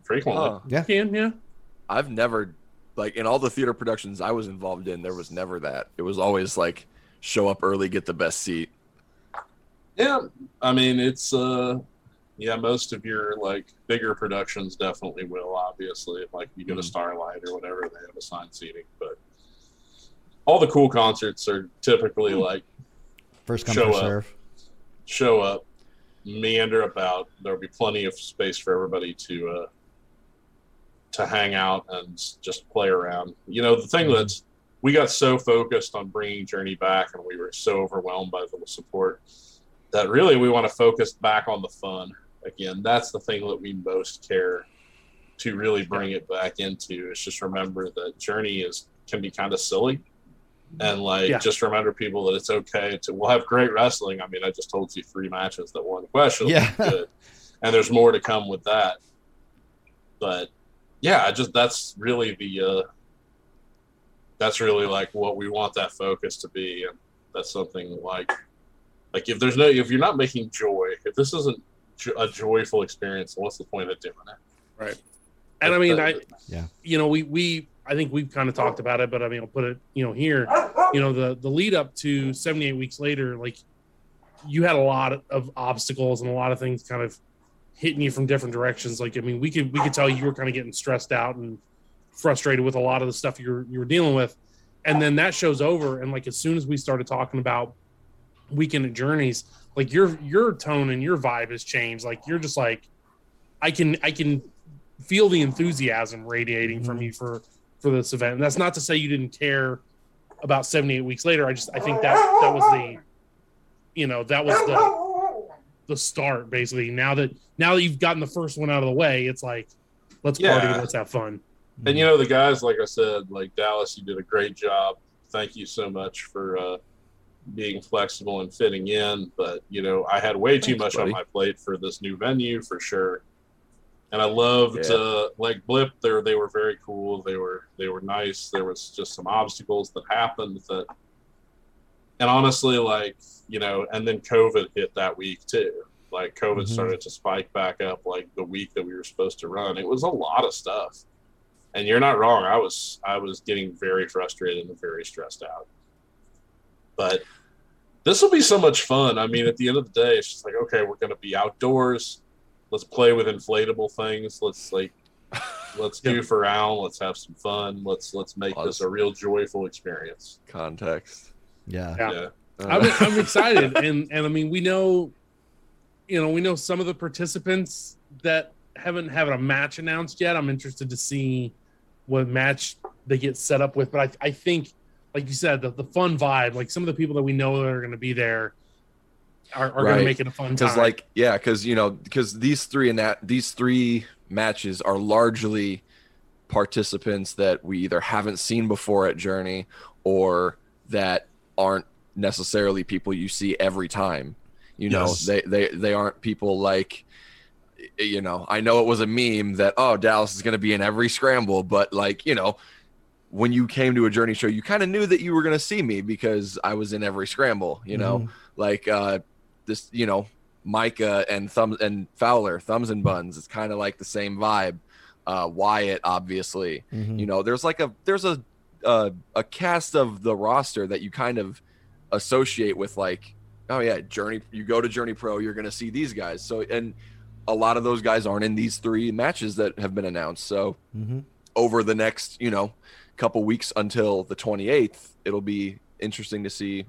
Speaker 4: frequently.
Speaker 3: Huh.
Speaker 1: can yeah.
Speaker 3: I've never, like, in all the theater productions I was involved in, there was never that. It was always like, show up early, get the best seat.
Speaker 4: Yeah, I mean it's uh, yeah, most of your like bigger productions definitely will. Obviously, if, like you go to
Speaker 3: Mhm.
Speaker 4: Starlight or whatever, they have assigned seating. But all the cool concerts are typically like
Speaker 2: First come
Speaker 4: Show
Speaker 2: first
Speaker 4: up.
Speaker 2: serve.
Speaker 4: show up, meander about. There'll be plenty of space for everybody to uh, to hang out and s- just play around. You know, the thing
Speaker 2: Mhm.
Speaker 4: that's we got so focused on bringing Journey back, and we were so overwhelmed by the support that really we want to focus back on the fun again. That's the thing that we most care to really bring it back into. Is just remember that Journey is can be kind of silly and like
Speaker 1: Yeah.
Speaker 4: just remember people that it's okay to we'll have great wrestling. I mean, I just told you three matches that won the question.
Speaker 2: Yeah.
Speaker 4: Good. And there's more to come with that. But yeah, I just that's really the uh that's really like what we want that focus to be. And that's something like like if there's no if you're not making joy, if this isn't jo- a joyful experience, what's the point of doing it?
Speaker 1: And I mean, I
Speaker 2: Yeah.
Speaker 1: you know, we we I think we've kind of talked about it, but I mean, I'll put it you know here. You know, the the lead up to seventy eight weeks later, like you had a lot of obstacles and a lot of things kind of hitting you from different directions. Like I mean, we could we could tell you were kind of getting stressed out and frustrated with a lot of the stuff you're you were dealing with, and then that show's over. And like as soon as we started talking about weekend at journeys, like your your tone and your vibe has changed. Like you're just like I can I can feel the enthusiasm radiating from you for for this event. And that's not to say you didn't care about 78 weeks later. I just I think that that was the you know, that was the the start basically. Now that now that you've gotten the first one out of the way, it's like Let's
Speaker 4: Yeah.
Speaker 1: party. Let's have fun.
Speaker 3: Mm-hmm.
Speaker 4: And you know the guys, like I said, like Dallas, you did a great job. Thank you so much for uh, being flexible and fitting in. But you know, I had way too
Speaker 3: Thanks,
Speaker 4: much on
Speaker 3: buddy.
Speaker 4: my plate for this new venue for sure. And I loved
Speaker 3: Yeah.
Speaker 4: uh, like Blip. They were- they were very cool. They were they were nice. There was just some obstacles that happened that. And honestly, like you know, and then COVID hit that week too. Like COVID
Speaker 2: Mhm.
Speaker 4: started to spike back up like the week that we were supposed to run. It was a lot of stuff and you're not wrong. I was I was getting very frustrated and very stressed out. But this will be so much fun. I mean, at the end of the day, it's just like okay, we're going to be outdoors. Let's play with inflatable things. Let's like let's goof around. Let's have some fun. Let's let's make this a real joyful experience.
Speaker 3: Context.
Speaker 2: Mm-hmm. yeah.
Speaker 1: Yeah.
Speaker 4: Yeah.
Speaker 3: Uh,
Speaker 1: I'm, I'm excited, and and I mean, we know, you know, we know some of the participants that haven't had a match announced yet. I'm interested to see what match they get set up with, but I I think, like you said, the, the fun vibe, like some of the people that we know that are going to be there, are, are going to
Speaker 3: Right.
Speaker 1: make it a fun
Speaker 3: because
Speaker 1: time.
Speaker 3: like yeah because you know because these three and that these three matches are largely participants that we either haven't seen before at journey or that aren't necessarily people you see every time you know
Speaker 4: Yes.
Speaker 3: they they they aren't people like you know i know it was a meme that oh dallas is going to be in every scramble but like you know when you came to a journey show you kind of knew that you were going to see me because i was in every scramble you know like uh this you know micah and thumbs and fowler thumbs and buns it's kind of like the same vibe uh wyatt obviously
Speaker 2: Mhm.
Speaker 3: you know there's like a there's a uh, a cast of the roster that you kind of associate with like oh yeah journey you go to journey pro you're gonna see these guys so and a lot of those guys aren't in these three matches that have been announced so
Speaker 2: (laughs) Mhm.
Speaker 3: over the next you know couple weeks until the 28th it'll be interesting to see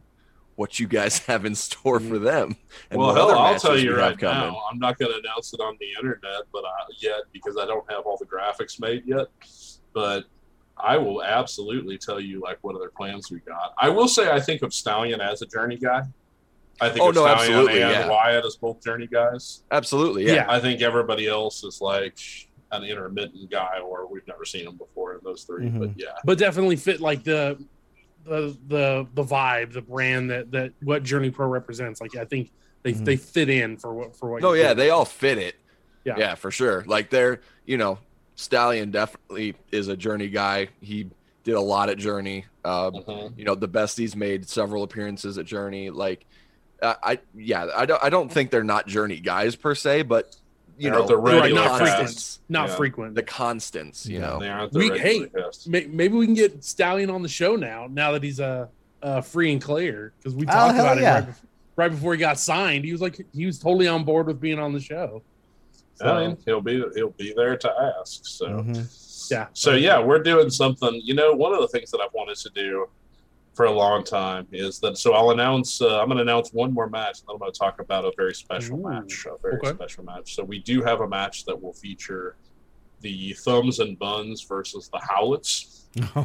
Speaker 3: what you guys (laughs) have in store for them
Speaker 4: Mm-hmm. well,
Speaker 3: what
Speaker 4: hell,
Speaker 3: other
Speaker 4: I'll
Speaker 3: matches
Speaker 4: tell
Speaker 3: we
Speaker 4: you right
Speaker 3: have coming.
Speaker 4: now. I'm not going to announce it on the internet, but I, yet because I don't have all the graphics made yet. But I will absolutely tell you like what other plans we got. I will say I think of Stallion as a journey guy. I think
Speaker 3: Oh,
Speaker 4: of
Speaker 3: no,
Speaker 4: Stallion
Speaker 3: absolutely,
Speaker 4: and
Speaker 3: yeah.
Speaker 4: Wyatt as both journey guys.
Speaker 3: absolutely yeah,
Speaker 1: Yeah.
Speaker 4: I think everybody else is like an intermittent guy, or we've never seen him before in those 3 But
Speaker 3: Mm-hmm.
Speaker 4: yeah,
Speaker 1: but definitely fit like the the the the vibe, the brand that that what Journey Pro represents. Like I think they
Speaker 2: Mhm.
Speaker 1: they fit in for what for what.
Speaker 3: Mm-hmm. no
Speaker 1: you
Speaker 3: yeah
Speaker 1: do.
Speaker 3: they all fit it
Speaker 1: Yeah.
Speaker 3: yeah for sure like they're you know stallion definitely is a journey guy he did a lot at journey uh,
Speaker 4: Mhm.
Speaker 3: you know the best he's made several appearances at journey like I, I yeah i don't i don't think they're not journey guys per se but you
Speaker 4: They're
Speaker 3: know
Speaker 4: the
Speaker 3: they're
Speaker 1: regular
Speaker 3: constants.
Speaker 1: guys. not
Speaker 4: Yeah.
Speaker 1: frequent.
Speaker 3: the constants, you
Speaker 2: Yeah.
Speaker 3: know.
Speaker 4: they aren't
Speaker 1: We-
Speaker 4: the regular cast.
Speaker 1: May- Maybe we can get Stallion on the show now. Now that he's uh, uh, free and clear, because we
Speaker 2: Oh,
Speaker 1: talked
Speaker 2: hell
Speaker 1: about it
Speaker 2: yeah.
Speaker 1: right, bef- right before he got signed. He was like, he was totally on board with being on the show. So,
Speaker 4: I mean, he'll be he'll be there to ask. So.
Speaker 2: Mhm.
Speaker 1: Yeah.
Speaker 4: So yeah, we're doing something. You know, one of the things that I've wanted to do for a long time is that. So I'll announce. Uh, I'm going to announce one more match, and then I'm going to talk about a very special
Speaker 1: Ooh,
Speaker 4: match. A very
Speaker 1: okay.
Speaker 4: special match. So we do have a match that will feature the Thumbs and Buns versus the Howlets.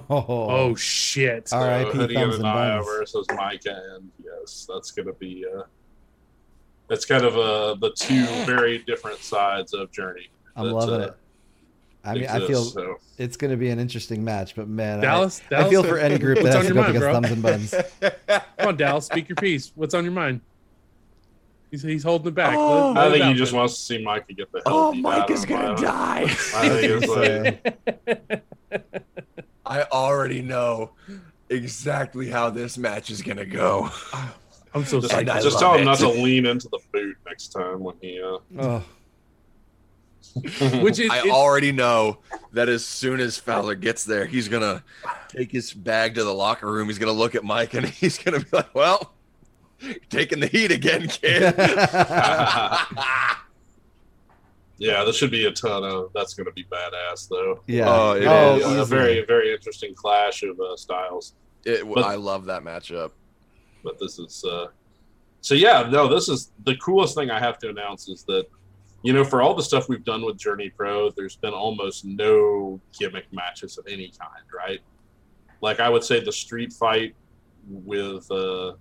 Speaker 1: oh shit!
Speaker 2: All right. R.I.P.
Speaker 4: Hoodie
Speaker 2: Thumbs and
Speaker 4: Anaya
Speaker 2: Buns.
Speaker 4: versus Micah, and yes, that's going to be. Uh, that's kind of uh, the two very different sides of Journey.
Speaker 2: I'm
Speaker 4: That's,
Speaker 2: loving
Speaker 4: uh,
Speaker 2: it. I mean, I feel
Speaker 4: exists, so.
Speaker 2: it's going to be an interesting match, but man, I,
Speaker 1: Dallas, Dallas,
Speaker 2: I feel for any group that
Speaker 1: what's
Speaker 2: has
Speaker 1: on
Speaker 2: to go
Speaker 1: your
Speaker 2: up
Speaker 1: mind,
Speaker 2: against
Speaker 1: bro?
Speaker 2: thumbs and
Speaker 3: (laughs)
Speaker 1: (laughs)
Speaker 2: buns.
Speaker 1: Come on, Dallas, speak your piece. What's on your mind? He's, he's holding it back.
Speaker 3: Oh.
Speaker 1: Let-
Speaker 4: I
Speaker 1: let it
Speaker 4: think he
Speaker 1: out,
Speaker 4: just
Speaker 1: man.
Speaker 4: wants to see Micah get the hell.
Speaker 3: oh,
Speaker 4: beat
Speaker 3: Mike
Speaker 4: out of
Speaker 3: is
Speaker 4: him.
Speaker 3: gonna
Speaker 4: I-
Speaker 3: die.
Speaker 4: I think it's
Speaker 1: (laughs)
Speaker 4: like,
Speaker 3: (laughs) I already know exactly how this match is gonna go.
Speaker 1: I'm so
Speaker 4: just,
Speaker 1: sorry.
Speaker 3: I know.
Speaker 4: just
Speaker 3: love
Speaker 4: tell him
Speaker 3: it.
Speaker 4: not to lean into the boot next time when he. (laughs) Uh,
Speaker 2: oh,
Speaker 1: Which is
Speaker 3: I
Speaker 1: it's-
Speaker 3: already know that as soon as Fowler gets there, he's gonna take his bag to the locker room. He's gonna look at Mike and (laughs) he's gonna be like, "Well, you're taking the heat again, kid." (laughs)
Speaker 4: yeah, this should be a ton of. That's going to be badass though.
Speaker 2: (laughs) yeah.
Speaker 3: Oh, it
Speaker 4: Yeah,
Speaker 3: is.
Speaker 4: a
Speaker 2: easily.
Speaker 4: very very interesting clash of uh, styles.
Speaker 3: It-
Speaker 4: But-
Speaker 3: I love that matchup.
Speaker 4: But this is. Uh, so yeah, no, this is the coolest thing I have to announce is that. You know, for all the stuff we've done with Journey Pro, there's been almost no gimmick matches of any kind, right? Like I would say the street fight with uh,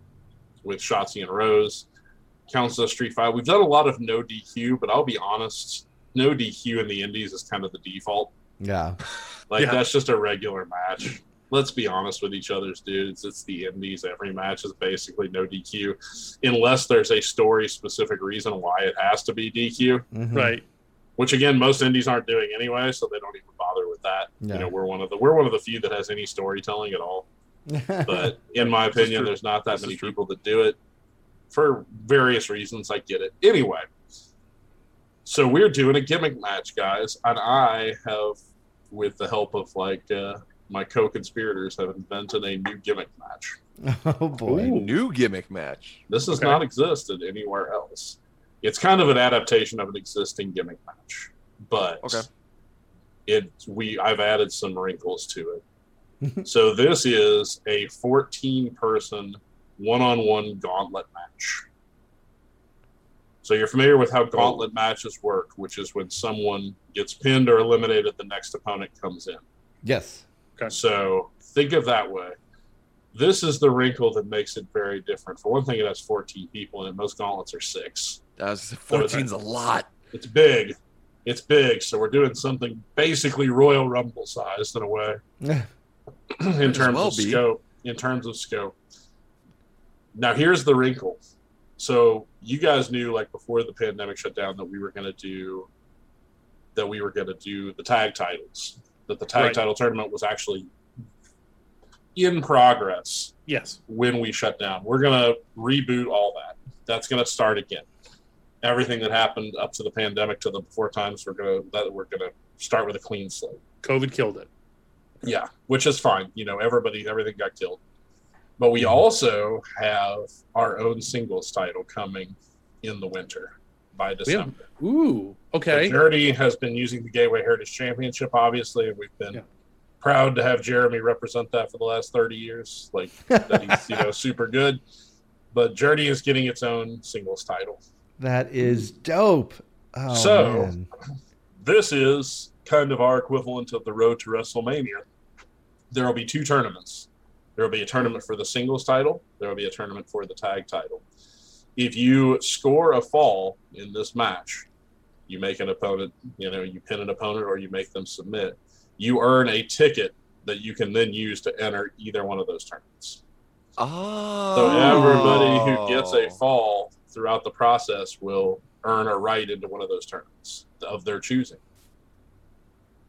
Speaker 4: with Shotzi and Rose counts as a street fight. We've done a lot of no DQ, but I'll be honest, no DQ in the Indies is kind of the default.
Speaker 2: Yeah.
Speaker 4: Like
Speaker 1: Yeah.
Speaker 4: that's just a regular match. Let's be honest with each other's dudes. It's the indies. Every match is basically no DQ, unless there's a story specific reason why it has to be DQ.
Speaker 2: Mhm.
Speaker 1: Right.
Speaker 4: Which again, most indies aren't doing anyway, so they don't even bother with that.
Speaker 2: Yeah.
Speaker 4: You know, we're one of the we're one of the few that has any storytelling at all. But in
Speaker 1: (laughs)
Speaker 4: my
Speaker 1: This is
Speaker 4: opinion,
Speaker 1: true.
Speaker 4: there's not that
Speaker 1: This is
Speaker 4: many
Speaker 1: true.
Speaker 4: people that do it for various reasons. I get it. Anyway, so we're doing a gimmick match, guys, and I have, with the help of like uh, my co-conspirators, have invented a new gimmick match.
Speaker 2: (laughs) oh boy.
Speaker 3: New gimmick match.
Speaker 4: This has
Speaker 1: Okay.
Speaker 4: not existed anywhere else. It's kind of an adaptation of an existing gimmick match, but
Speaker 3: Okay.
Speaker 4: it we I've added some wrinkles to it. so this is a 14 person one-on-one gauntlet match. So you're familiar with how gauntlet matches work, which is when someone gets pinned or eliminated, the next opponent comes in.
Speaker 2: Yes. (laughs)
Speaker 4: So think of that way. This is the wrinkle that makes it very different. For one thing, it has 14 people, and most gauntlets are six.
Speaker 3: That was 14's a lot.
Speaker 4: It's big. It's big. So we're doing something basically Royal Rumble sized in a way. (clears throat) in
Speaker 3: as
Speaker 4: terms
Speaker 3: well
Speaker 4: of
Speaker 3: be.
Speaker 4: scope. In terms of scope. Now here's the wrinkle. So you guys knew like before the pandemic shut down that we were gonna do that we were gonna do the tag titles. That the tag
Speaker 1: Right.
Speaker 4: title tournament was actually in progress
Speaker 1: Yes.
Speaker 4: when we shut down. We're gonna reboot all that. That's gonna start again. Everything that happened up to the pandemic to the before times we're gonna that we're gonna start with a clean slate.
Speaker 1: COVID killed it.
Speaker 4: Yeah, which is fine. You know, everybody, everything got killed. But we also have our own singles title coming in the winter by December.
Speaker 1: Ooh. Okay.
Speaker 4: So Jeremy has been using the Gateway Heritage Championship, obviously, and we've been
Speaker 1: Yeah.
Speaker 4: proud to have Jeremy represent that for the last 30 years. Like, that
Speaker 1: (laughs)
Speaker 4: he's, you know, super good. But Journey is getting its own singles title.
Speaker 2: That is dope. Oh,
Speaker 4: So-
Speaker 2: man.
Speaker 4: This is kind of our equivalent of the road to WrestleMania. There will be two tournaments. There will be a tournament for the singles title. There will be a tournament for the tag title. If you score a fall in this match, you make an opponent, you know, you pin an opponent or you make them submit, you earn a ticket that you can then use to enter either one of those tournaments.
Speaker 3: Oh.
Speaker 4: So everybody who gets a fall throughout the process will earn a right into one of those tournaments of their choosing.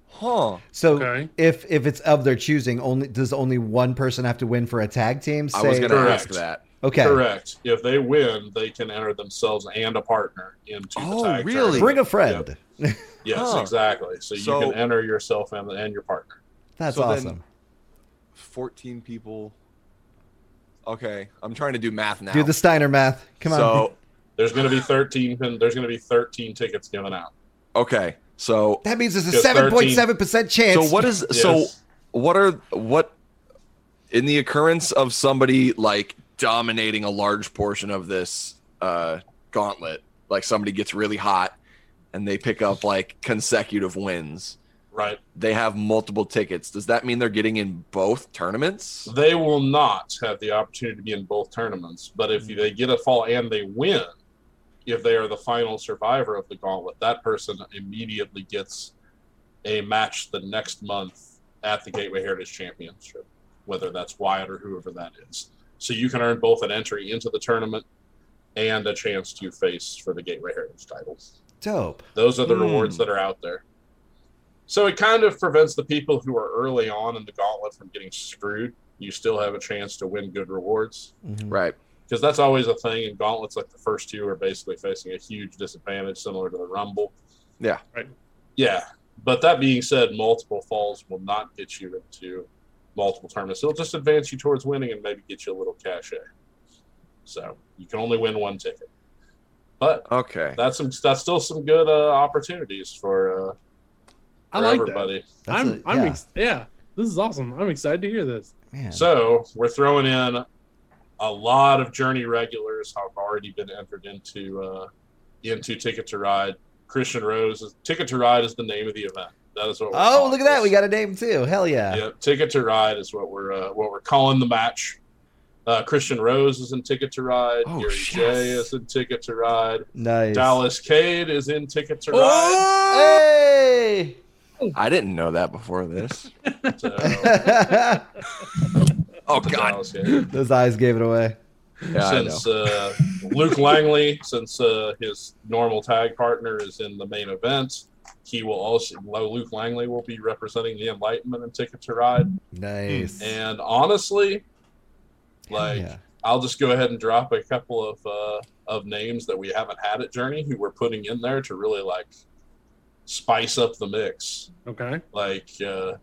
Speaker 3: Huh.
Speaker 2: So
Speaker 1: okay.
Speaker 2: if if it's of their choosing, only does only one person have to win for a tag team? Say,
Speaker 3: I was going to
Speaker 4: Correct.
Speaker 3: ask that.
Speaker 2: okay.
Speaker 4: Correct. If they win, they can enter themselves and a partner into
Speaker 3: Oh,
Speaker 4: the tag.
Speaker 3: really?
Speaker 4: tournament.
Speaker 2: Bring a friend.
Speaker 4: Yes,
Speaker 3: Huh.
Speaker 4: exactly. So,
Speaker 3: So-
Speaker 4: you can enter yourself and, and your partner.
Speaker 2: That's
Speaker 3: So then-
Speaker 2: awesome.
Speaker 3: 14 people. Okay. I'm trying to do math now.
Speaker 2: Do the Steiner math. Come on.
Speaker 3: So,
Speaker 4: There's going to be 13. pin- There's going to be 13 tickets given out.
Speaker 3: okay. So,
Speaker 2: (laughs) that means there's a
Speaker 4: Just
Speaker 2: 7.7% chance.
Speaker 3: so what is, so
Speaker 4: Yes.
Speaker 3: what are, what, in the occurrence of somebody like dominating a large portion of this uh, gauntlet, like somebody gets really hot and they pick up like consecutive wins,
Speaker 4: right?
Speaker 3: they have multiple tickets. Does that mean they're getting in both tournaments?
Speaker 4: They will not have the opportunity to be in both tournaments. But if they get a fall and they win, if they are the final survivor of the gauntlet, that person immediately gets a match the next month at the Gateway Heritage Championship, whether that's Wyatt or whoever that is. So you can earn both an entry into the tournament and a chance to face for the Gateway Heritage titles.
Speaker 2: dope?
Speaker 4: Those are the
Speaker 3: Hmm.
Speaker 4: rewards that are out there. So it kind of prevents the people who are early on in the gauntlet from getting screwed. You still have a chance to win good rewards
Speaker 2: Mhm.
Speaker 3: Right.
Speaker 4: because that's always a thing in gauntlets. Like the first two are basically facing a huge disadvantage, similar to the Rumble.
Speaker 3: Yeah.
Speaker 1: Right.
Speaker 4: Yeah. But that being said, multiple falls will not get you into multiple tournaments. It'll just advance you towards winning and maybe get you a little cachet. So you can only win one ticket. But
Speaker 3: Okay.
Speaker 4: that's some that's still some good uh, opportunities for, uh, for
Speaker 1: I like that.
Speaker 4: everybody.
Speaker 2: That's
Speaker 1: I'm.
Speaker 2: a-
Speaker 1: I'm.
Speaker 2: yeah,
Speaker 1: Ex- yeah. This is awesome. I'm excited to hear this.
Speaker 2: man.
Speaker 4: So we're throwing in a lot of journey regulars have already been entered into uh, into Ticket to Ride. Christian Rose is Ticket to Ride is the name of the event. That is what. we're
Speaker 2: oh,
Speaker 4: calling
Speaker 2: look at that.
Speaker 4: this.
Speaker 2: We got a name too. Hell yeah.
Speaker 4: Yep, Ticket to Ride is what we're uh, what we're calling the match. Uh, Christian Rose is in Ticket to Ride.
Speaker 3: Oh,
Speaker 4: Gary
Speaker 3: yes.
Speaker 4: Jay is in Ticket to Ride.
Speaker 2: Nice.
Speaker 4: Dallas Cade is in Ticket to Ride.
Speaker 3: Oh!
Speaker 2: Hey. (laughs)
Speaker 3: I didn't know that before this.
Speaker 4: So,
Speaker 3: Oh God!
Speaker 4: Dallas Cade.
Speaker 2: Those eyes gave it away.
Speaker 3: (laughs) Yeah, I know.
Speaker 4: since uh, Luke Langley, since uh, his normal tag partner is in the main event, he will also Luke Langley will be representing the Enlightenment in Ticket to Ride.
Speaker 2: Nice.
Speaker 4: And honestly, like
Speaker 2: yeah.
Speaker 4: I'll just go ahead and drop a couple of uh, of names that we haven't had at Journey who we're putting in there to really like spice up the mix.
Speaker 1: Okay.
Speaker 4: Like uh,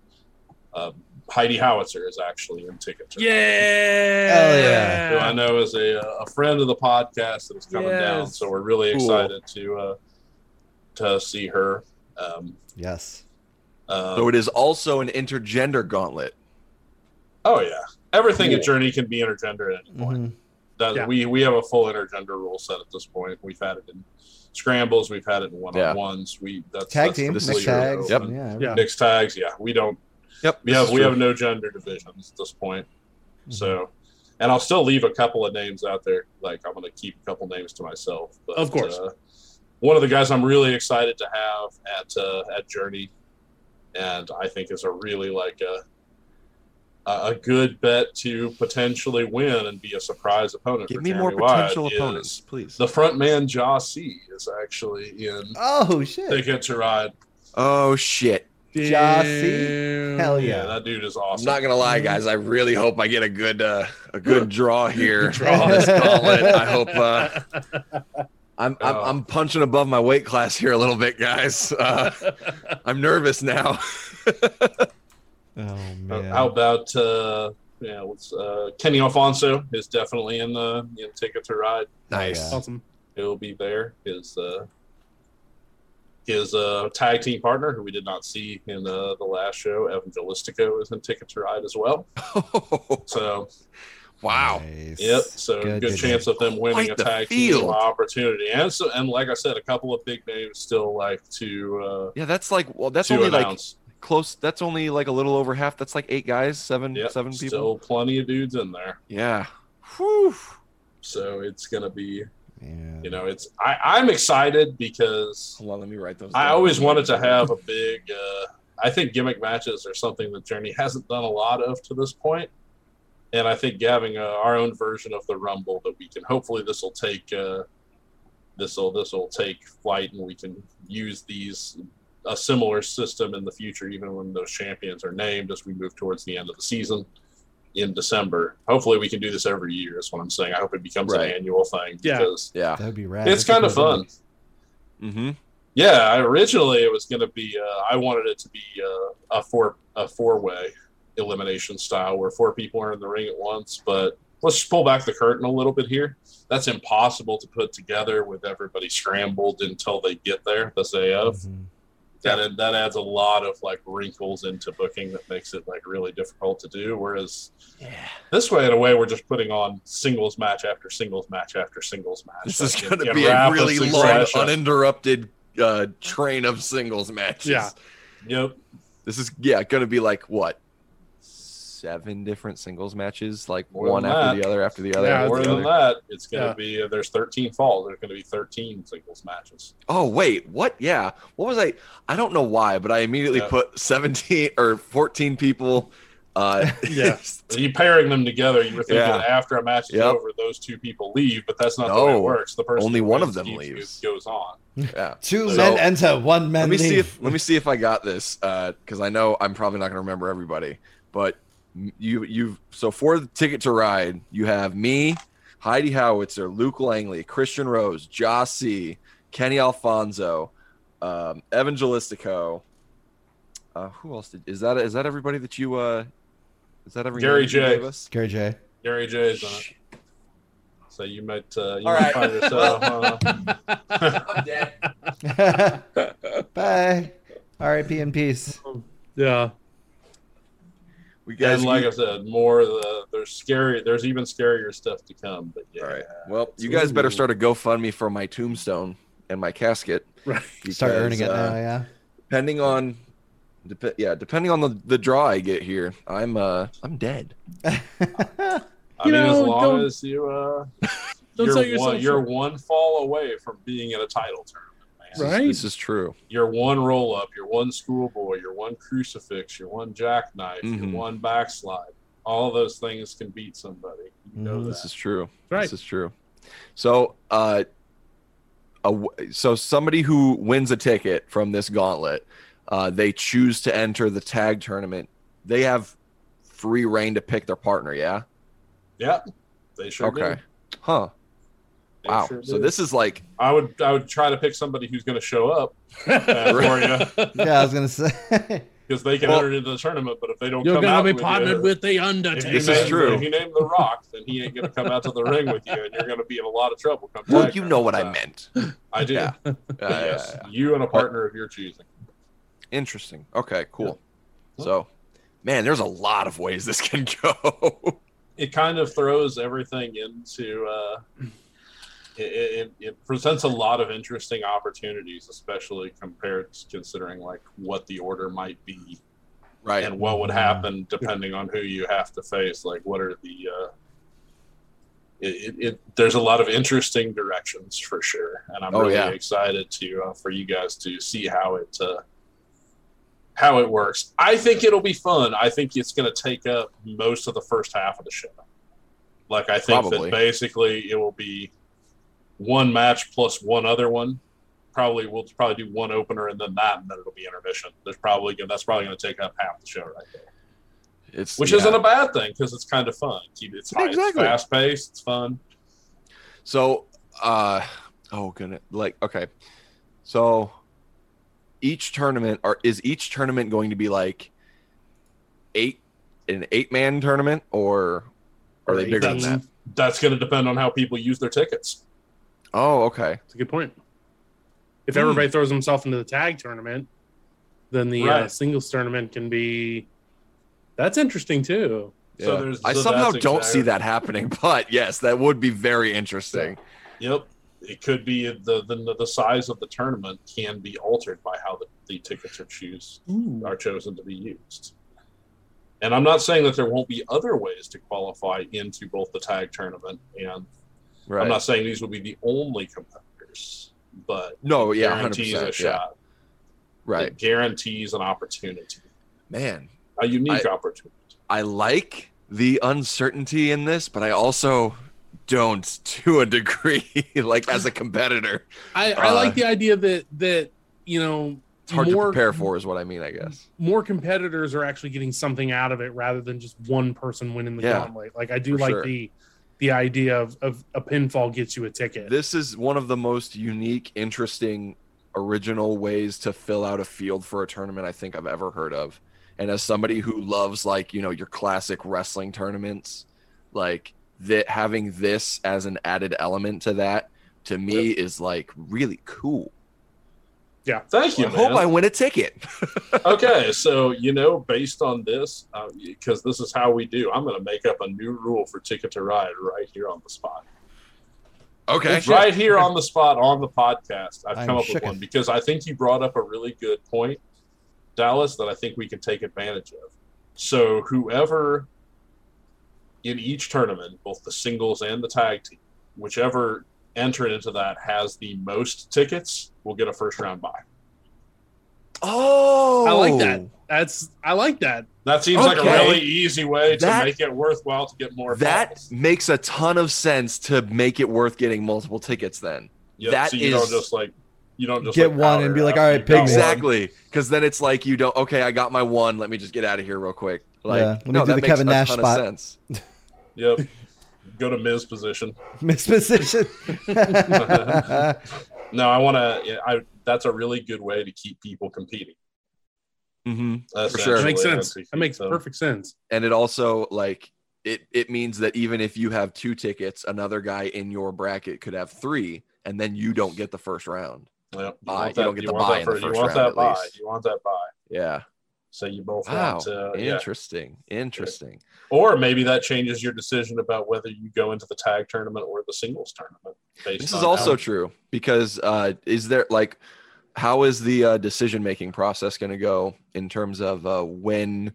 Speaker 4: uh, Heidi Howitzer is actually in Ticket to Ride.
Speaker 1: Yeah.
Speaker 2: Hell yeah.
Speaker 4: who I know is a, a friend of the podcast that is coming down.
Speaker 1: Yes.
Speaker 4: So we're really
Speaker 3: Cool.
Speaker 4: excited to uh, to see her. Um,
Speaker 2: Yes.
Speaker 4: uh,
Speaker 3: So it is also an intergender gauntlet.
Speaker 4: oh yeah, everything at Journey can be intergender at any point.
Speaker 2: Mhm.
Speaker 3: Mm-hmm.
Speaker 4: That,
Speaker 1: Yeah.
Speaker 4: We we have a full intergender rule set at this point. We've had it in scrambles. We've had it in one on ones. We that's,
Speaker 2: Tag
Speaker 4: that's
Speaker 2: team.
Speaker 3: this
Speaker 4: completely
Speaker 2: Mixed
Speaker 3: year.
Speaker 2: tags.
Speaker 3: Yep.
Speaker 2: Yeah. everything.
Speaker 1: Yeah.
Speaker 4: Mixed tags. Yeah, we don't.
Speaker 3: Yep.
Speaker 4: We
Speaker 3: this
Speaker 4: have
Speaker 3: is
Speaker 4: we
Speaker 3: true.
Speaker 4: have no gender divisions at this point.
Speaker 2: Mhm.
Speaker 3: Mm-hmm.
Speaker 4: So. And I'll still leave a couple of names out there. Like I'm going to keep a couple names to myself. But,
Speaker 1: Of course.
Speaker 4: uh, one of the guys I'm really excited to have at uh, at Journey, and I think is a really like a a a good bet to potentially win and be a surprise opponent.
Speaker 3: Give
Speaker 4: for
Speaker 3: me
Speaker 4: Tammy
Speaker 3: more
Speaker 4: Wyatt
Speaker 3: potential
Speaker 4: is
Speaker 3: opponents, please.
Speaker 4: The front man Jaw C is actually in
Speaker 2: Oh shit.
Speaker 4: Ticket to Ride.
Speaker 3: Oh shit!
Speaker 2: Jossie.
Speaker 1: Damn.
Speaker 3: Oh,
Speaker 2: Hell
Speaker 4: Yeah,
Speaker 2: yeah.
Speaker 4: that dude is
Speaker 3: I'm
Speaker 4: awesome.
Speaker 3: not gonna lie, guys. I really hope I get a good uh, a (laughs) good draw here.
Speaker 2: draw.
Speaker 3: on this gauntlet. I hope uh, (laughs) I'm, I'm
Speaker 4: Oh.
Speaker 3: I'm punching above my weight class here a little bit, (laughs) guys. Uh, I'm nervous now. (laughs)
Speaker 2: Oh
Speaker 4: Uh,
Speaker 2: man.
Speaker 4: How about uh, yeah, what's uh, Kenny Alfonso is definitely in the in Ticket to Ride.
Speaker 3: nice.
Speaker 1: (laughs)
Speaker 2: Yeah.
Speaker 1: awesome.
Speaker 4: he'll be there. His uh, his uh, tag team partner, who we did not see in uh, the last show, Evangelistico, is in Ticket to Ride as well. So,
Speaker 3: (laughs) wow.
Speaker 2: Nice.
Speaker 4: yep. So
Speaker 2: Good,
Speaker 4: good,
Speaker 2: good,
Speaker 4: chance of them winning
Speaker 3: Quite
Speaker 4: a
Speaker 3: the
Speaker 4: tag team
Speaker 3: field.
Speaker 4: opportunity. And so, and like I said, a couple of big names still like to
Speaker 3: Yeah, that's like well,
Speaker 4: uh,
Speaker 3: that's
Speaker 4: to
Speaker 3: only
Speaker 4: announce.
Speaker 3: like close. That's only like a little over half. That's like eight guys, seven
Speaker 4: Yep,
Speaker 3: seven people.
Speaker 4: Still plenty of dudes in there.
Speaker 3: Yeah. Whew.
Speaker 4: So it's gonna be,
Speaker 2: Yeah.
Speaker 4: you know, it's I, I'm excited because
Speaker 3: Hold on, let me write those.
Speaker 4: I
Speaker 3: down.
Speaker 4: always wanted to have a big. Uh, I think gimmick matches are something that Journey hasn't done a lot of to this point, and I think having uh, our own version of the Rumble that we can hopefully this will take uh, this will this will take flight, and we can use these a similar system in the future, even when those champions are named as we move towards the end of the season in December. Hopefully, we can do this every year. Is what I'm saying. I hope it becomes an
Speaker 3: Right.
Speaker 4: annual thing
Speaker 1: Yeah.
Speaker 4: because
Speaker 3: Yeah.
Speaker 2: That'd be rad.
Speaker 4: it's
Speaker 2: That's a
Speaker 4: kind of
Speaker 2: cool
Speaker 4: fun.
Speaker 2: idea.
Speaker 3: Mm-hmm.
Speaker 4: Yeah, I- originally it was going to be. Uh, I wanted it to be uh, a four a four way elimination style where four people are in the ring at once. But let's just pull back the curtain a little bit here. That's impossible to put together with everybody scrambled until they get there. This AF
Speaker 3: Mm-hmm.
Speaker 2: Mhm.
Speaker 4: that that adds a lot of like wrinkles into booking that makes it like really difficult to do. Whereas
Speaker 3: Yeah.
Speaker 4: this way, in a way, we're just putting on singles match after singles match after singles match.
Speaker 3: This is
Speaker 4: Like, in-
Speaker 3: going to
Speaker 4: in
Speaker 3: be a
Speaker 4: rapid
Speaker 3: really long,
Speaker 4: succession.
Speaker 3: uninterrupted uh, train of singles matches.
Speaker 1: Yeah.
Speaker 4: Yep.
Speaker 3: This is yeah going to be like what seven different singles matches, like
Speaker 4: More
Speaker 3: one
Speaker 4: than
Speaker 3: after
Speaker 4: that.
Speaker 3: the other after the other.
Speaker 1: Yeah,
Speaker 3: after
Speaker 4: More
Speaker 3: the
Speaker 4: than
Speaker 3: other.
Speaker 4: that, it's going to
Speaker 1: Yeah.
Speaker 4: be uh, there's 13 falls. There's going to be 13 singles matches.
Speaker 3: Oh wait, what? Yeah, what was I? I don't know why, but I immediately
Speaker 4: Yeah.
Speaker 3: put seventeen or fourteen people. Uh, (laughs)
Speaker 1: Yeah.
Speaker 4: So you pairing them together. You were thinking
Speaker 3: Yeah.
Speaker 4: after a match is
Speaker 3: Yep.
Speaker 4: over, those two people leave, but that's not the way
Speaker 3: No.
Speaker 4: it works. The person
Speaker 3: Only
Speaker 4: who
Speaker 3: one of
Speaker 4: wins
Speaker 3: them
Speaker 4: keeps-
Speaker 3: leaves.
Speaker 4: Goes on.
Speaker 3: yeah.
Speaker 2: Two
Speaker 4: So-
Speaker 2: men enter, one man
Speaker 3: Let me
Speaker 2: leave.
Speaker 3: see if let me see if I got this because I know I'm probably not going to remember everybody, but m- you you've so for the ticket to ride you have me, Heidi Howitzer, Luke Langley, Christian Rose, Jossie, Kenny Alfonso, um, Evangelistico. Uh, who else did is that? Is that everybody that you? Uh, is that every
Speaker 4: Gary
Speaker 3: name you
Speaker 4: J.
Speaker 3: gave us?
Speaker 2: Gary
Speaker 4: (laughs)
Speaker 2: J.
Speaker 4: Gary J is on it. So you might, uh, you
Speaker 3: All right.
Speaker 4: might
Speaker 1: (laughs)
Speaker 4: find yourself. Uh,
Speaker 3: I'm dead.
Speaker 2: Bye. R.I.P. in peace.
Speaker 1: Yeah.
Speaker 3: We guys.
Speaker 4: and like
Speaker 3: you-
Speaker 4: I said, more of the there's scary. There's even scarier stuff to come. But yeah,
Speaker 3: all right. Well, you guys better start a GoFundMe for my tombstone and my casket. (laughs)
Speaker 1: Right.
Speaker 2: Start earning it
Speaker 3: because, uh,
Speaker 2: now, yeah.
Speaker 3: depending on dep- yeah depending on the, the draw i get here i'm uh i'm dead
Speaker 4: I
Speaker 1: You
Speaker 4: mean, as
Speaker 1: know,
Speaker 4: long
Speaker 1: don't-
Speaker 4: as you, uh,
Speaker 1: (laughs) Don't
Speaker 4: you're,
Speaker 1: sell yourself
Speaker 4: one, you're
Speaker 1: short.
Speaker 4: one fall away from being in a title tournament, man.
Speaker 1: Right?
Speaker 3: This is true.
Speaker 4: You're one roll up, you're one schoolboy, you're one crucifix, you're one jackknife,
Speaker 3: Mhm.
Speaker 4: you're one backslide. All those things can beat somebody.
Speaker 1: Mm,
Speaker 4: You know
Speaker 2: Mhm.
Speaker 4: that.
Speaker 3: This is true.
Speaker 1: Right.
Speaker 3: This is true. So, uh, a w- so somebody who wins a ticket from this gauntlet, uh, they choose to enter the tag tournament. They have free reign to pick their partner. Yeah.
Speaker 4: yeah, they sure do.
Speaker 3: okay. Huh.
Speaker 4: They
Speaker 3: Wow.
Speaker 4: sure
Speaker 3: so
Speaker 4: do.
Speaker 3: this is like
Speaker 4: I would I would try to pick somebody who's going to show up
Speaker 1: (laughs)
Speaker 2: (laughs)
Speaker 4: for
Speaker 2: yeah, I was gonna say. (laughs)
Speaker 4: because they can
Speaker 3: Well-
Speaker 4: enter into the tournament, but if they don't
Speaker 1: You're
Speaker 4: come out
Speaker 1: gonna be
Speaker 4: with
Speaker 1: partnered
Speaker 4: you,
Speaker 1: with the
Speaker 4: if
Speaker 1: Undertaker.
Speaker 4: you
Speaker 3: This is
Speaker 4: name-
Speaker 3: true.
Speaker 4: If you name The Rock, then he ain't going to come out to the ring with you, and you're going to be in a lot of trouble. Come
Speaker 3: Well,
Speaker 4: tag
Speaker 3: you
Speaker 4: time.
Speaker 3: know what I
Speaker 1: (laughs)
Speaker 4: Uh,
Speaker 3: meant.
Speaker 4: I do.
Speaker 3: Yeah. Uh,
Speaker 4: yes, you and a partner of your choosing.
Speaker 3: Interesting. Okay, cool. So, man, there's a lot of ways this (laughs) can go.
Speaker 4: It kind of throws everything into. Uh, it, it, it presents a lot of interesting opportunities, especially compared considering like what the order might be
Speaker 3: right.
Speaker 4: and what would happen depending on who you have to face. Like, what are the uh, it, it, it, there's a lot of interesting directions for sure, and I'm
Speaker 3: Oh,
Speaker 4: really
Speaker 3: yeah.
Speaker 4: excited to uh, for you guys to see how it uh, how it works. I think it'll be fun. I think it's going to take up most of the first half of the show. Like, I think
Speaker 3: Probably.
Speaker 4: that basically it will be one match plus one other one. Probably we'll probably do one opener and then that, and then it'll be intermission. There's probably that's probably going to take up half the show right there,
Speaker 3: It's
Speaker 4: which
Speaker 3: yeah.
Speaker 4: isn't a bad thing because it's kind of fun. Keep- It's, high,
Speaker 3: Exactly.
Speaker 4: it's fast paced, it's fun.
Speaker 3: So, uh, oh goodness, like okay, so each tournament or is each tournament going to be like eight an eight man tournament or are they
Speaker 1: Right,
Speaker 3: bigger than that?
Speaker 1: that's-
Speaker 4: That's going to depend on how people use their tickets.
Speaker 3: Oh, okay,
Speaker 1: That's a good point. If
Speaker 3: Hmm.
Speaker 1: everybody throws himself into the tag tournament, then the uh,
Speaker 4: Right.
Speaker 1: singles tournament can be. That's interesting too.
Speaker 3: yeah.
Speaker 4: So there's
Speaker 3: I
Speaker 4: so
Speaker 3: somehow
Speaker 4: that's
Speaker 3: don't
Speaker 4: exactly-
Speaker 3: see that happening, (laughs) but yes, that would be very interesting.
Speaker 4: Yep, it could be the the, the size of the tournament can be altered by how the, the tickets are choose
Speaker 3: Hmm.
Speaker 4: are chosen to be used. And I'm not saying that there won't be other ways to qualify into both the tag tournament and
Speaker 3: Right?
Speaker 4: I'm not saying these will be the only competitors, but
Speaker 3: no,
Speaker 4: it
Speaker 3: yeah, hundred
Speaker 4: guarantees a
Speaker 3: percent, yeah,
Speaker 4: shot.
Speaker 3: right,
Speaker 4: It guarantees an opportunity,
Speaker 3: man.
Speaker 4: a unique opportunity.
Speaker 3: I like the uncertainty in this, but I also don't (laughs) to a degree. (laughs) like as a competitor,
Speaker 1: I, I
Speaker 3: Uh,
Speaker 1: like the idea that that you know
Speaker 3: it's hard
Speaker 1: more
Speaker 3: to prepare for, is what I mean. I guess.
Speaker 1: more competitors are actually getting something out of it rather than just one person winning the
Speaker 3: Yeah,
Speaker 1: gauntlet. Like I do
Speaker 3: for
Speaker 1: like
Speaker 3: sure.
Speaker 1: the the idea of, of a pinfall gets you a ticket.
Speaker 3: This is one of the most unique, interesting, original ways to fill out a field for a tournament I think I've ever heard of. And as somebody who loves like you know your classic wrestling tournaments, like that having this as an added element to that to me is like really cool.
Speaker 4: Thank you.
Speaker 3: I hope
Speaker 4: man.
Speaker 3: I win a ticket.
Speaker 4: okay, so you know, based on this, because this is how we do, I'm going to make up a new rule for Ticket to Ride right here on the spot.
Speaker 3: Okay.
Speaker 4: Right here on the spot on the podcast, I've
Speaker 2: I'm
Speaker 4: come up with
Speaker 2: shooken.
Speaker 4: one because I think you brought up a really good point, Dallas, that I think we can take advantage of. So whoever in each tournament, both the singles and the tag team, whichever entrant into that has the most tickets will get a first round bye.
Speaker 3: Oh,
Speaker 1: I like that. That's I like that.
Speaker 4: That seems like a
Speaker 3: Okay.
Speaker 4: really easy way to
Speaker 3: That-
Speaker 4: make it worthwhile to get more.
Speaker 3: That
Speaker 4: fans.
Speaker 3: makes a ton of sense to make it worth getting multiple tickets. Then
Speaker 4: Yep,
Speaker 3: that
Speaker 4: so you don't
Speaker 3: is-
Speaker 4: just like you don't just
Speaker 2: Get
Speaker 4: like,
Speaker 2: one and
Speaker 4: powder
Speaker 2: be like,
Speaker 4: after
Speaker 2: "All right,
Speaker 4: you've got
Speaker 2: pick me."
Speaker 4: one.
Speaker 3: exactly, because then it's like you don't. Okay, I got my one. Let me just get out of here real quick. Like,
Speaker 2: Yeah, let me
Speaker 3: no,
Speaker 2: do
Speaker 3: that
Speaker 2: the
Speaker 3: makes
Speaker 2: Kevin
Speaker 3: a
Speaker 2: Nash
Speaker 3: ton
Speaker 2: spot.
Speaker 3: Of sense.
Speaker 2: (laughs)
Speaker 4: Yep. Go to Miz position. (laughs)
Speaker 2: Misposition. (laughs)
Speaker 4: No, I want to. I that's a really good way to keep people competing.
Speaker 3: hmm For sure.
Speaker 1: That
Speaker 3: Actually,
Speaker 1: makes sense.
Speaker 4: Essentially,
Speaker 1: That makes
Speaker 4: so-
Speaker 1: perfect sense.
Speaker 3: And it also like it it means that even if you have two tickets, another guy in your bracket could have three, and then you don't get the first round.
Speaker 4: Yep. You
Speaker 3: Buy.
Speaker 4: want
Speaker 3: You
Speaker 4: that-
Speaker 3: don't get
Speaker 4: you
Speaker 3: the
Speaker 4: want
Speaker 3: buy
Speaker 4: that
Speaker 3: in the
Speaker 4: for-
Speaker 3: first
Speaker 4: You want
Speaker 3: round,
Speaker 4: that
Speaker 3: at
Speaker 4: buy.
Speaker 3: least.
Speaker 4: You want that buy.
Speaker 3: Yeah.
Speaker 4: So you both
Speaker 3: Wow.
Speaker 4: want to. Yeah.
Speaker 3: Interesting. Interesting.
Speaker 4: Or maybe that changes your decision about whether you go into the tag tournament or the singles tournament. based
Speaker 3: This is
Speaker 4: on
Speaker 3: also
Speaker 4: how-
Speaker 3: true because uh, is there like how is the uh, decision making process going to go in terms of uh, when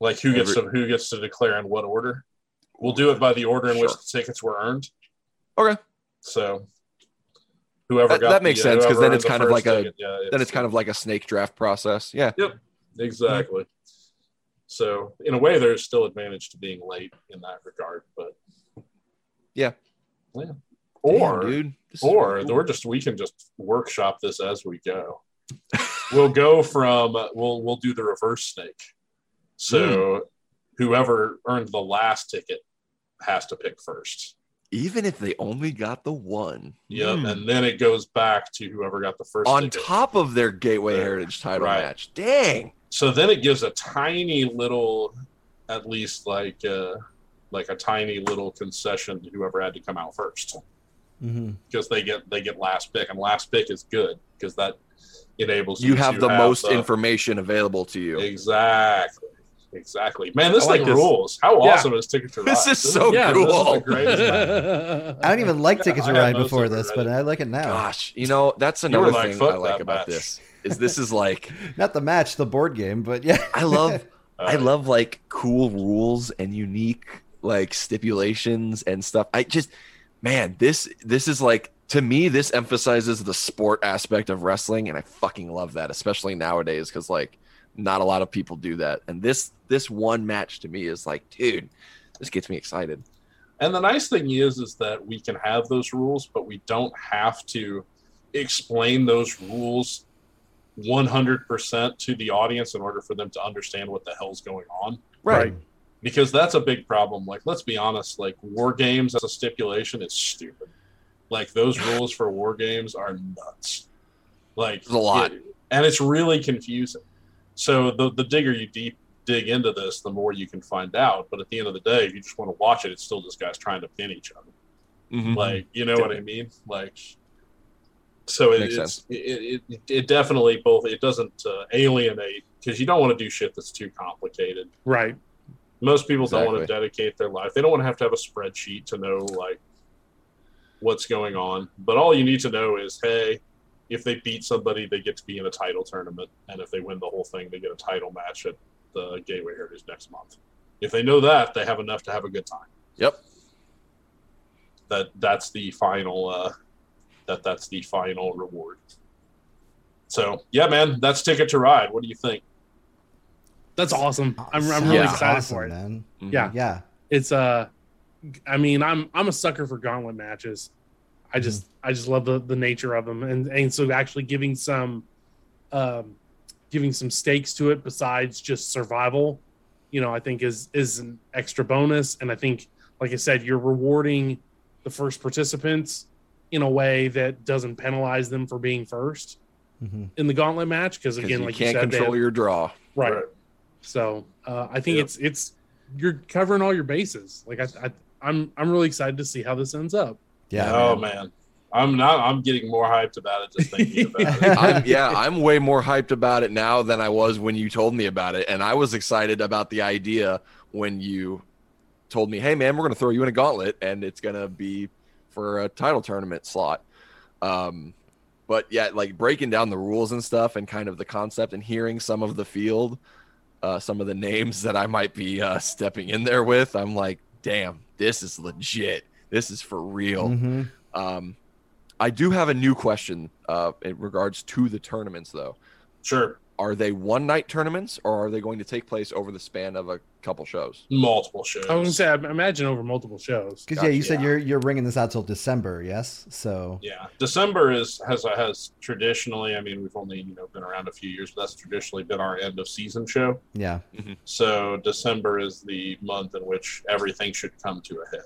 Speaker 4: like who gets
Speaker 3: every-
Speaker 4: to, who gets to declare in what order. We'll do it by the order in which
Speaker 3: Sure.
Speaker 4: the tickets were earned.
Speaker 3: Okay.
Speaker 4: So whoever
Speaker 3: That-
Speaker 4: got
Speaker 3: that makes
Speaker 4: the, uh,
Speaker 3: sense, 'cause
Speaker 4: whoever
Speaker 3: then
Speaker 4: earned
Speaker 3: it's
Speaker 4: the
Speaker 3: kind of
Speaker 4: first
Speaker 3: like a-
Speaker 4: ticket, yeah,
Speaker 3: Then it's kind of like a snake draft process. Yeah.
Speaker 4: exactly. So in a way, there's still advantage to being late in that regard, but
Speaker 3: Yeah.
Speaker 4: yeah.
Speaker 3: Damn,
Speaker 4: Or
Speaker 3: dude. This is
Speaker 4: or
Speaker 3: really cool.
Speaker 4: we're just we can just workshop this as we go. we'll go from uh, we'll we'll do the reverse snake. So
Speaker 3: Hmm.
Speaker 4: whoever earned the last ticket has to pick first.
Speaker 3: even if they only got the one.
Speaker 4: Yep,
Speaker 3: Hmm.
Speaker 4: and then it goes back to whoever got the first
Speaker 3: on
Speaker 4: ticket.
Speaker 3: top of their Gateway
Speaker 4: Yeah,
Speaker 3: Heritage title
Speaker 4: right.
Speaker 3: match. Dang.
Speaker 4: So then it gives a tiny little, at least like uh, like a tiny little concession to whoever had to come out first.
Speaker 2: Mm-hmm.
Speaker 4: because they get they get last pick, and last pick is good because that enables
Speaker 3: You have
Speaker 4: to
Speaker 3: the most
Speaker 4: the-
Speaker 3: information available to you.
Speaker 4: Exactly, exactly. Man, this
Speaker 3: I like
Speaker 4: thing
Speaker 3: this.
Speaker 4: rules. How
Speaker 1: Yeah.
Speaker 4: awesome is Ticket to Ride?
Speaker 3: This is so
Speaker 1: Yeah,
Speaker 4: this is
Speaker 3: cool. (laughs)
Speaker 4: the greatest thing.
Speaker 2: I don't even like Ticket to
Speaker 4: I had
Speaker 2: Ride
Speaker 4: most
Speaker 2: before
Speaker 4: of it
Speaker 2: this,
Speaker 4: ready.
Speaker 2: but I like it now.
Speaker 3: Gosh, you know, that's
Speaker 4: were
Speaker 3: another
Speaker 4: like,
Speaker 3: thing
Speaker 4: "Fuck
Speaker 3: I like
Speaker 4: that
Speaker 3: about
Speaker 4: match."
Speaker 3: this. Is this is like
Speaker 2: Not the match, the board game, but yeah.
Speaker 4: (laughs)
Speaker 3: I love
Speaker 4: Uh,
Speaker 3: I love like cool rules and unique like stipulations and stuff. I just man, this this is like to me this emphasizes the sport aspect of wrestling and I fucking love that, especially nowadays cuz like not a lot of people do that. And this this one match to me is like, dude, this gets me excited.
Speaker 4: And the nice thing is, is that we can have those rules, but we don't have to explain those rules 100% to the audience in order for them to understand what the hell's going on.
Speaker 1: Right.
Speaker 4: because that's a big problem. Like, let's be honest, like war games as a stipulation is stupid. Like those rules for war games are nuts. Like
Speaker 3: There's a lot.
Speaker 4: it- and it's really confusing. So the the digger you deep dig into this, the more you can find out. But at the end of the day, if you just want to watch it, it's still just guys trying to pin each other.
Speaker 3: Mhm.
Speaker 4: Like, you know what I mean? Like, so it,
Speaker 3: Makes
Speaker 4: it's, it, it it definitely both it doesn't uh, alienate because you don't want to do shit that's too complicated.
Speaker 1: Right.
Speaker 4: Most people don't want to
Speaker 3: Exactly.
Speaker 4: dedicate their life. They don't want to have to have a spreadsheet to know like what's going on. But all you need to know is, hey, if they beat somebody, they get to be in a title tournament, and if they win the whole thing, they get a title match at the Gateway Heritage next month. If they know that, they have enough to have a good time.
Speaker 3: Yep.
Speaker 4: That that's the final. Uh, that that's the final reward. So yeah, man, that's Ticket to Ride. What do you think?
Speaker 1: That's awesome. I'm, I'm
Speaker 2: Sounds
Speaker 1: really
Speaker 3: Yeah.
Speaker 1: excited
Speaker 2: awesome,
Speaker 1: for it.
Speaker 2: Man.
Speaker 3: Mhm.
Speaker 1: Yeah.
Speaker 2: Yeah.
Speaker 1: It's uh I mean, I'm I'm a sucker for gauntlet matches. I
Speaker 3: Mm-hmm.
Speaker 1: just I just love the, the nature of them and and so actually giving some um giving some stakes to it besides just survival, you know, I think is is an extra bonus and I think like I said you're rewarding the first participants in a way that doesn't penalize them for being first
Speaker 2: hmm
Speaker 1: in the gauntlet match because
Speaker 3: 'Cause
Speaker 1: again
Speaker 3: you
Speaker 1: like you
Speaker 3: can't
Speaker 1: said they
Speaker 3: control
Speaker 1: have-
Speaker 3: your draw.
Speaker 1: right so uh, I think
Speaker 4: Yeah.
Speaker 1: it's it's you're covering all your bases. Like I, I I'm I'm really excited to see how this ends up.
Speaker 2: Yeah.
Speaker 4: oh man. I'm not. I'm getting more hyped about it just
Speaker 2: (laughs)
Speaker 4: thinking about
Speaker 3: (laughs)
Speaker 4: it.
Speaker 3: I'm, yeah, I'm way more hyped about it now than I was when you told me about it, and I was excited about the idea when you told me, "Hey, man, we're gonna throw you in a gauntlet, and it's gonna be for a title tournament slot." Um, but yeah, like breaking down the rules and stuff, and kind of the concept, and hearing some of the field, uh, some of the names that I might be uh, stepping in there with, I'm like, "Damn, this is legit. This is for real."
Speaker 2: hmm
Speaker 3: Um, I do have a new question uh, in regards to the tournaments, though.
Speaker 4: Sure,
Speaker 3: Are they one night tournaments or are they going to take place over the span of a couple shows?
Speaker 4: multiple shows.
Speaker 1: I was gonna say I imagine over multiple shows.
Speaker 2: Because yeah, you
Speaker 3: Gotcha.
Speaker 2: said
Speaker 4: Yeah.
Speaker 2: you're you're ringing this out till December, yes? So
Speaker 4: Yeah, December is has has traditionally. I mean, we've only you know been around a few years, but that's traditionally been our end of season show.
Speaker 2: yeah,
Speaker 4: So December is the month in which everything should come to a head.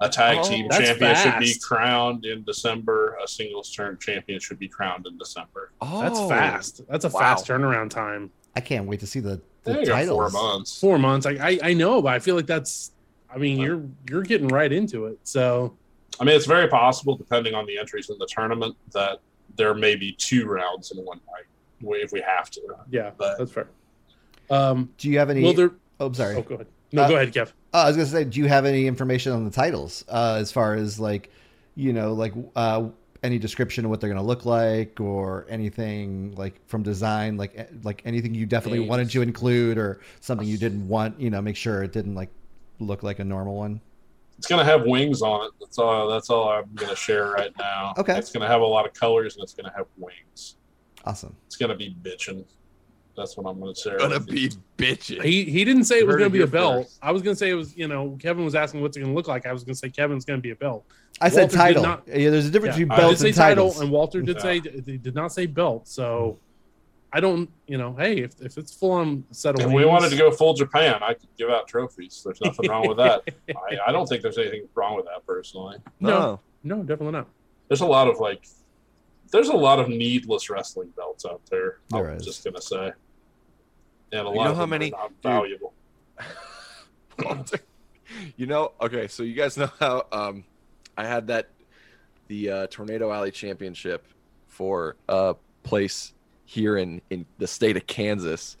Speaker 4: A tag
Speaker 3: Oh,
Speaker 4: team
Speaker 1: that's
Speaker 4: champion should be
Speaker 1: fast.
Speaker 4: crowned in December. A singles turn champion should be crowned in December.
Speaker 3: Oh,
Speaker 1: That's fast. That's a
Speaker 3: wow.
Speaker 1: fast turnaround time.
Speaker 2: I can't wait to see the
Speaker 4: I
Speaker 2: the
Speaker 4: think I got four
Speaker 2: titles.
Speaker 4: months.
Speaker 1: Four months. I, I I know, but I feel like that's. I mean,
Speaker 4: Wow.
Speaker 1: you're you're getting right into it. So
Speaker 4: I mean, it's very possible, depending on the entries in the tournament, that there may be two rounds in one night if we have to.
Speaker 1: yeah,
Speaker 4: But-
Speaker 1: that's fair. Um.
Speaker 2: Do you have any?
Speaker 1: Well, there.
Speaker 2: oh, sorry.
Speaker 1: Oh, go ahead. No,
Speaker 2: Uh,
Speaker 1: go ahead, Kev.
Speaker 2: Oh, I was gonna say, do you have any information on the titles uh, as far as like, you know, like uh, any description of what they're gonna look like or anything like from design, like eh, like anything you definitely
Speaker 3: Names.
Speaker 2: wanted to include or something you didn't want, you know, make sure it didn't like look like a normal one?
Speaker 4: It's gonna have wings on it. That's all. That's all I'm gonna share right now.
Speaker 2: Okay.
Speaker 4: It's gonna have a lot of colors and it's gonna have wings.
Speaker 2: Awesome.
Speaker 4: It's gonna be bitching. That's what I'm gonna share.
Speaker 3: Gonna
Speaker 4: with
Speaker 3: be
Speaker 4: you.
Speaker 3: bitching.
Speaker 1: He he didn't say it was
Speaker 3: Heard it
Speaker 1: going to be a
Speaker 3: here
Speaker 1: belt.
Speaker 3: first.
Speaker 1: I was going to say it was. You know, Kevin was asking what's it going to look like. I was going to say Kevin's going to be a belt.
Speaker 2: I said
Speaker 1: Walter did
Speaker 2: title.
Speaker 1: not-
Speaker 2: yeah, there's a difference
Speaker 1: Yeah,
Speaker 2: between
Speaker 4: I
Speaker 1: I
Speaker 4: Belts
Speaker 1: did
Speaker 2: belts
Speaker 1: say
Speaker 2: and
Speaker 1: title,
Speaker 2: titles.
Speaker 1: and Walter did
Speaker 4: Yeah.
Speaker 1: say he did not say belt. So I don't. You know, hey, if, if it's full on set of
Speaker 4: If we
Speaker 1: wings-
Speaker 4: wanted to go full Japan, I could give out trophies. There's nothing wrong
Speaker 3: (laughs)
Speaker 4: with that. I, I don't think there's anything wrong with that personally.
Speaker 1: (laughs) No. No, definitely not.
Speaker 4: There's a lot of like, there's a lot of needless wrestling belts out there.
Speaker 2: There
Speaker 4: I'm
Speaker 2: is.
Speaker 4: just gonna say, and a
Speaker 3: You
Speaker 4: lot
Speaker 3: know
Speaker 4: of
Speaker 3: how
Speaker 4: them
Speaker 3: many-
Speaker 4: are not valuable.
Speaker 3: (laughs) Walter. You know, okay, so you guys know how um I had that the uh, Tornado Alley Championship for a place here in in the state of Kansas.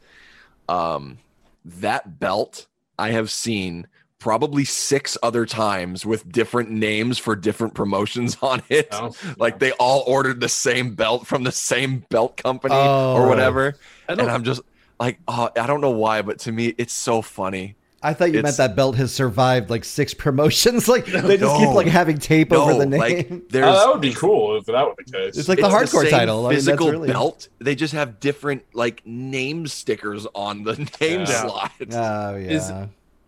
Speaker 3: Um that belt I have seen probably six other times with different names for different promotions (laughs) on it.
Speaker 4: you know?
Speaker 3: Like they all ordered the same belt from the same belt company or
Speaker 2: Oh.
Speaker 3: whatever.
Speaker 1: I
Speaker 3: And
Speaker 1: don't.
Speaker 3: I'm just like, oh, I don't know why, but to me, it's so funny.
Speaker 2: I thought you
Speaker 3: It's-
Speaker 2: meant that belt has survived like six (laughs) promotions. Like they just keep
Speaker 3: No.
Speaker 2: like having tape over
Speaker 3: No,
Speaker 2: the name.
Speaker 3: like
Speaker 4: Oh,
Speaker 3: there's
Speaker 4: that would be cool if that were the case.
Speaker 2: It's like- the hardcore
Speaker 3: same
Speaker 2: title. I mean, that's
Speaker 3: physical
Speaker 2: really-
Speaker 3: belt. They just have different like name stickers on the name
Speaker 4: Yeah.
Speaker 3: slides.
Speaker 2: oh yeah.
Speaker 1: Is-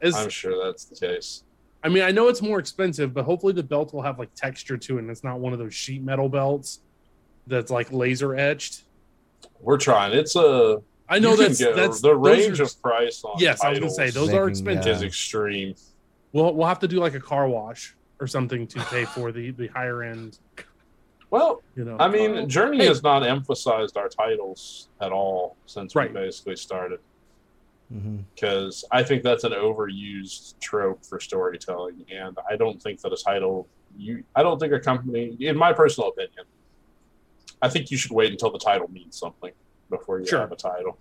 Speaker 1: it's-
Speaker 4: I'm sure that's the case.
Speaker 1: I mean, I know it's more expensive, but hopefully the belt will have like texture to it, and it's not one of those sheet metal belts that's like laser etched.
Speaker 4: We're trying. It's a.
Speaker 1: I know
Speaker 4: you can
Speaker 1: that's
Speaker 4: get-
Speaker 1: that's
Speaker 4: the
Speaker 1: those
Speaker 4: range
Speaker 1: are-
Speaker 4: of price on.
Speaker 1: Yes, I was gonna say those
Speaker 4: titles
Speaker 1: are
Speaker 2: Making, uh,
Speaker 1: expensive.
Speaker 4: is extreme.
Speaker 1: We'll we'll have to do like a car wash or something to pay for the the higher end.
Speaker 4: Well,
Speaker 1: You know,
Speaker 4: I mean,
Speaker 1: uh,
Speaker 4: Journey
Speaker 1: Hey.
Speaker 4: has not emphasized our titles at all since
Speaker 1: Right.
Speaker 4: we basically started
Speaker 2: Mhm.
Speaker 4: because I think that's an overused trope for storytelling, and I don't think that a title you I don't think a company, in my personal opinion, I think you should wait until the title means something before you
Speaker 1: Sure.
Speaker 4: have a title.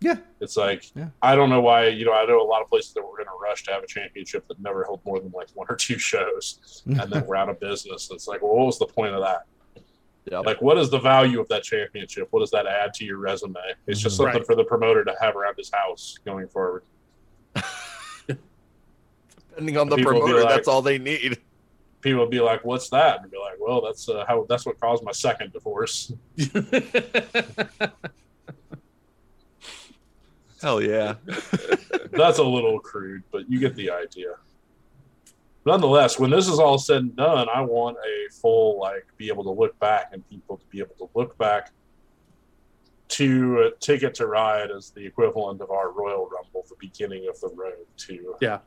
Speaker 2: Yeah.
Speaker 4: It's like
Speaker 2: Yeah.
Speaker 4: I don't know why you know I know a lot of places that were in a rush to have a championship that never held more than like one or two shows, and then we're out of business. It's like, well, what was the point of that?
Speaker 3: Yep.
Speaker 4: Like, what is the value of that championship? What does that add to your resume? It's just something
Speaker 1: Right.
Speaker 4: for the promoter to have around his house going forward.
Speaker 3: Depending on the
Speaker 4: People be
Speaker 3: promoter,
Speaker 4: like-
Speaker 3: that's all they need.
Speaker 4: People would be like, "What's that?" And be like, "Well, that's uh, how that's what caused my second divorce." (laughs)
Speaker 3: Hell yeah.
Speaker 4: that's a little crude, but you get the idea. Nonetheless, when this is all said and done, I want a full like be able to look back and people to be able to look back to uh, Ticket to Ride as the equivalent of our Royal Rumble, the beginning of the road to
Speaker 1: Yeah.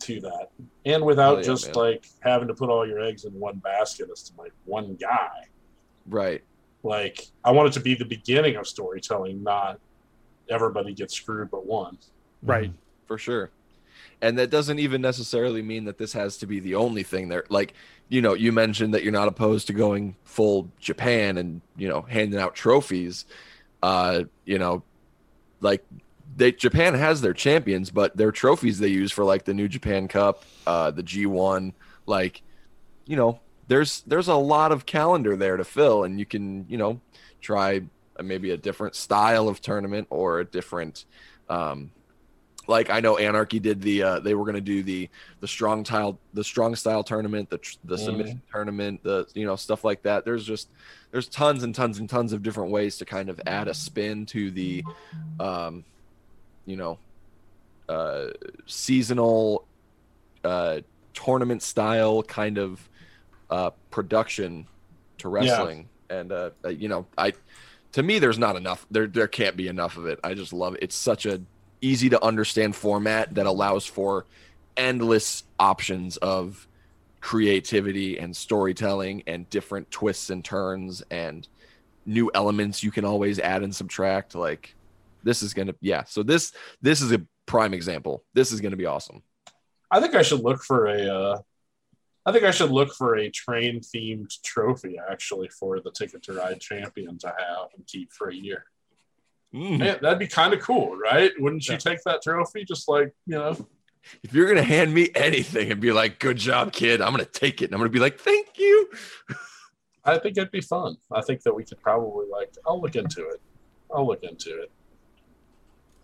Speaker 4: to that, and without
Speaker 3: Hell Oh, yeah,
Speaker 4: just
Speaker 3: man.
Speaker 4: like having to put all your eggs in one basket as to like one guy.
Speaker 3: Right.
Speaker 4: Like I want it to be the beginning of storytelling, not everybody gets screwed but one.
Speaker 1: right.
Speaker 3: For sure. And that doesn't even necessarily mean that this has to be the only thing there. Like, you know, you mentioned that you're not opposed to going full Japan and, you know, handing out trophies. Uh, you know, like they Japan has their champions, but their trophies they use for like the New Japan Cup, uh, the G one, like, you know, there's there's a lot of calendar there to fill and you can, you know, try uh, maybe a different style of tournament or a different um like I know Anarchy did the uh, they were going to do the the strong tile the strong style tournament the tr- the
Speaker 4: Mhm.
Speaker 3: submission tournament the you know stuff like that there's just there's tons and tons and tons of different ways to kind of add a spin to the um you know uh seasonal uh tournament style kind of uh production to wrestling and uh uh, you know I to me there's not enough there there can't be enough of it I just love it it's such a easy to understand format that allows for endless options of creativity and storytelling and different twists and turns and new elements you can always add and subtract like this is going to yeah so this this is a prime example this is going to be awesome
Speaker 4: I think I should look for a. Uh, I think I should look for a train themed trophy actually for the Ticket to Ride champion to have and keep for a year.
Speaker 1: Mm.
Speaker 3: Hmm.
Speaker 4: Man, that'd be kind of cool, right? Wouldn't you
Speaker 1: Yeah.
Speaker 4: take that trophy? Just like you know,
Speaker 3: if you're going to hand me anything and be like good job kid i'm going to take it and i'm going to be like thank you
Speaker 4: I think it'd be fun. I think that we could probably like. I'll look into it. I'll look into it.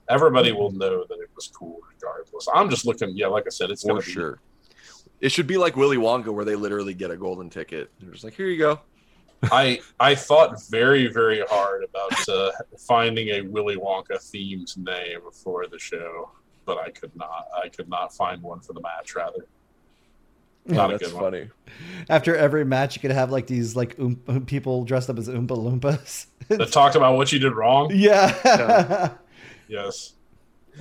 Speaker 4: everybody will know that it was cool regardless. I'm just looking, yeah, like I said, it's
Speaker 3: for
Speaker 4: gonna be
Speaker 3: sure. It should be like Willy Wonka, where they literally get a golden ticket. They're just like, here you go.
Speaker 4: I I thought very very hard about uh, finding a Willy Wonka themed name for the show, but I could not. I could not find one for the match. Rather, not a
Speaker 3: Oh, that's
Speaker 4: good one.
Speaker 3: funny.
Speaker 2: After every match, you could have like these like oom- people dressed up as Oompa Loompas.
Speaker 4: That talked about what you did
Speaker 3: (laughs)
Speaker 4: wrong.
Speaker 2: (laughs) yeah.
Speaker 4: Yes.
Speaker 2: (laughs)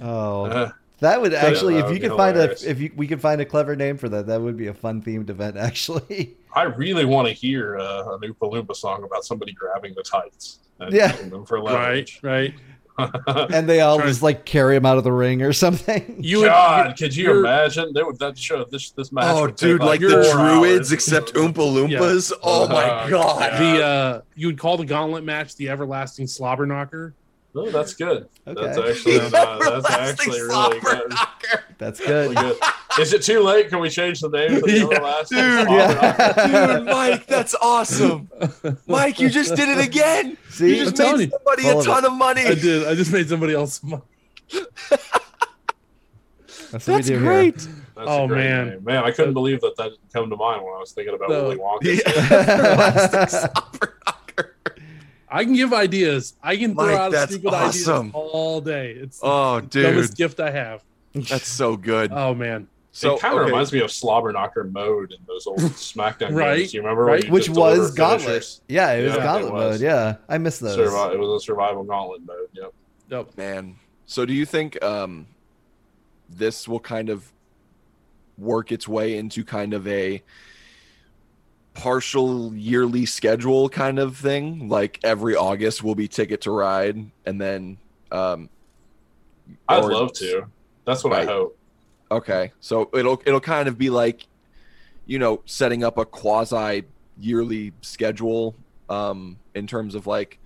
Speaker 2: Oh,
Speaker 4: Uh,
Speaker 2: that would actually,
Speaker 4: that
Speaker 2: if
Speaker 4: would
Speaker 2: you
Speaker 4: be
Speaker 2: could find a,
Speaker 4: hilarious.
Speaker 2: if you, we could find a clever name for that, that would be a fun themed event. (laughs) Actually,
Speaker 4: I really want to hear uh, an Oompa Loompa song about somebody grabbing the tights and
Speaker 2: Yeah.
Speaker 4: using them for
Speaker 1: (laughs) Right,
Speaker 4: leverage.
Speaker 1: right.
Speaker 2: and they all
Speaker 1: Try-
Speaker 2: just like carry him out of the ring or (laughs) something.
Speaker 1: You would-
Speaker 4: God, could you
Speaker 1: you're-
Speaker 4: imagine that would that show this this match?
Speaker 3: Oh,
Speaker 4: would take,
Speaker 3: dude, like the
Speaker 4: four
Speaker 3: druids,
Speaker 4: hours.
Speaker 3: except Oompa Loompas. Oh my
Speaker 4: Uh,
Speaker 3: god. (laughs)
Speaker 1: the uh, you would call the gauntlet match the everlasting slobber knocker.
Speaker 4: No, Oh, that's good. That's
Speaker 2: Okay,
Speaker 4: actually uh,
Speaker 3: (laughs)
Speaker 4: that's
Speaker 3: Everlasting
Speaker 4: actually really
Speaker 3: slobber
Speaker 1: (laughs)
Speaker 4: good.
Speaker 3: knocker.
Speaker 2: that's
Speaker 4: Really
Speaker 2: good.
Speaker 4: good. Is it too late? Can we change the name to the
Speaker 1: Yeah,
Speaker 4: everlasting?
Speaker 3: dude.
Speaker 2: (laughs)
Speaker 4: Slobber
Speaker 2: Yeah.
Speaker 4: Knocker?
Speaker 3: (laughs) Dude, Mike, that's
Speaker 1: (laughs)
Speaker 3: awesome. Mike, you just did it again.
Speaker 2: (laughs) See,
Speaker 3: You just
Speaker 1: I'm telling
Speaker 3: made
Speaker 1: you.
Speaker 3: somebody
Speaker 2: All
Speaker 3: a
Speaker 2: of
Speaker 3: ton of money.
Speaker 1: I did. I just made somebody else. (laughs) mo-
Speaker 2: that's what we
Speaker 3: That's
Speaker 2: do (laughs)
Speaker 3: great. (laughs)
Speaker 1: (laughs)
Speaker 4: That's
Speaker 1: Oh,
Speaker 4: a great
Speaker 1: man.
Speaker 4: name. man, I couldn't believe that that didn't come to mind when I was thinking about
Speaker 1: No.
Speaker 4: Willy Wonka.
Speaker 3: The everlasting
Speaker 2: here.
Speaker 3: slobber knocker.
Speaker 1: I can give ideas. I can throw
Speaker 3: Mike,
Speaker 1: out
Speaker 3: that's
Speaker 1: stupid
Speaker 3: awesome.
Speaker 1: ideas all day. It's the
Speaker 3: Oh, dude,
Speaker 1: dumbest gift I have.
Speaker 3: that's so good.
Speaker 1: Oh man,
Speaker 3: So
Speaker 4: Uh, it kind of
Speaker 3: okay.
Speaker 4: reminds me of Slobber Knocker mode in
Speaker 2: (laughs)
Speaker 4: those old SmackDown
Speaker 1: Right,
Speaker 4: games. You remember,
Speaker 1: right.
Speaker 4: when you
Speaker 2: Which
Speaker 4: just
Speaker 2: was
Speaker 4: deliver
Speaker 2: Gauntlet.
Speaker 4: finishers?
Speaker 2: Yeah, it was
Speaker 4: Yeah, it
Speaker 2: Gauntlet mode.
Speaker 4: was.
Speaker 2: Yeah, I miss those.
Speaker 4: Survi- it was a survival Gauntlet mode. Yep.
Speaker 1: Yep.
Speaker 3: man. So do you think um, this will kind of work its way into kind of a partial yearly schedule kind of thing? Like every August will be Ticket to Ride, and then um,
Speaker 4: I'd
Speaker 3: or-
Speaker 4: love to. That's what
Speaker 3: Right.
Speaker 4: I hope.
Speaker 3: Okay, so it'll it'll kind of be like, you know, setting up a quasi yearly schedule um, in terms of like,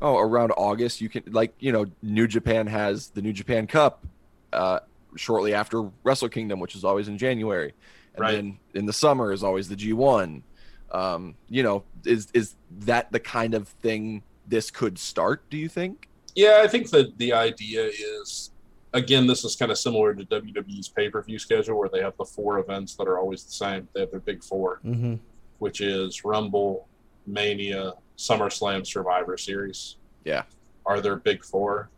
Speaker 3: oh, around August you can like you know New Japan has the New Japan Cup uh, shortly after Wrestle Kingdom, which is always in January, and
Speaker 4: Right.
Speaker 3: then in the summer is always the G One. Um, you know, is is that the kind of thing this could start? Do you think?
Speaker 4: Yeah, I think that the idea is again, this is kind of similar to WWE's pay per view schedule where they have the four events that are always the same. They have their big four,
Speaker 2: Mm-hmm.
Speaker 4: which is Rumble, Mania, SummerSlam, Survivor Series.
Speaker 3: Yeah.
Speaker 4: Are their big four?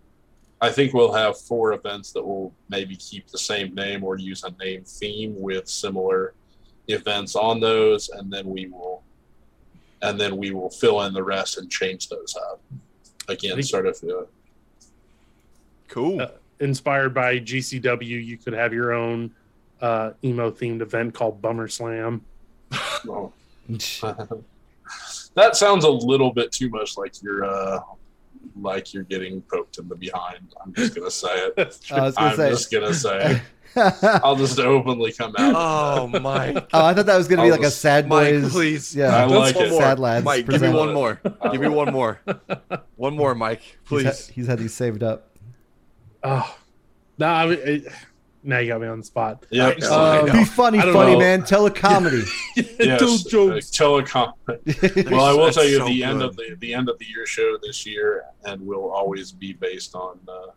Speaker 4: I think we'll have four events that will maybe keep the same name or use a name theme with similar events on those, and then we will and then we will fill in the rest and change those up. Again,
Speaker 1: Think-
Speaker 4: sort of uh,
Speaker 3: Cool.
Speaker 1: Uh, inspired by GCW, you could have your own uh, emo themed event called Bummer Slam. (laughs)
Speaker 4: oh, (laughs)
Speaker 2: Mm-hmm.
Speaker 4: that sounds a little bit too much like you're uh like you're getting poked in the behind. I'm just gonna say it.
Speaker 2: I
Speaker 3: Uh,
Speaker 2: was
Speaker 4: I'm
Speaker 2: gonna say.
Speaker 4: just gonna say it.
Speaker 2: (laughs) oh,
Speaker 4: I'll just openly come out.
Speaker 3: (laughs) oh
Speaker 2: (laughs)
Speaker 3: my.
Speaker 2: I thought that was gonna be
Speaker 4: I'll
Speaker 2: like a
Speaker 4: just-
Speaker 2: sad
Speaker 3: Mike,
Speaker 2: boys.
Speaker 3: please.
Speaker 2: Yeah,
Speaker 4: I like
Speaker 3: Oh, one
Speaker 4: it.
Speaker 3: more.
Speaker 2: Sad lads
Speaker 3: Mike, give me
Speaker 2: present.
Speaker 3: one more.
Speaker 4: I
Speaker 3: Give me
Speaker 4: love
Speaker 3: one
Speaker 4: (laughs)
Speaker 3: more. One more, Mike,
Speaker 2: He's
Speaker 3: please.
Speaker 2: ha- he's had these saved up.
Speaker 1: Oh, no, nah, I mean, it, now you got me on the spot. (laughs)
Speaker 4: Yeah,
Speaker 3: I know,
Speaker 1: Uh,
Speaker 3: I know.
Speaker 2: Be funny,
Speaker 1: I don't
Speaker 2: funny
Speaker 1: know.
Speaker 2: man. Tell a comedy.
Speaker 4: (laughs) yes,
Speaker 1: Tell jokes.
Speaker 4: uh, telecom. Well, I will
Speaker 3: That's
Speaker 4: tell you
Speaker 3: so
Speaker 4: the end of
Speaker 3: good.
Speaker 4: the the end of the year show this year, and will always be based on uh,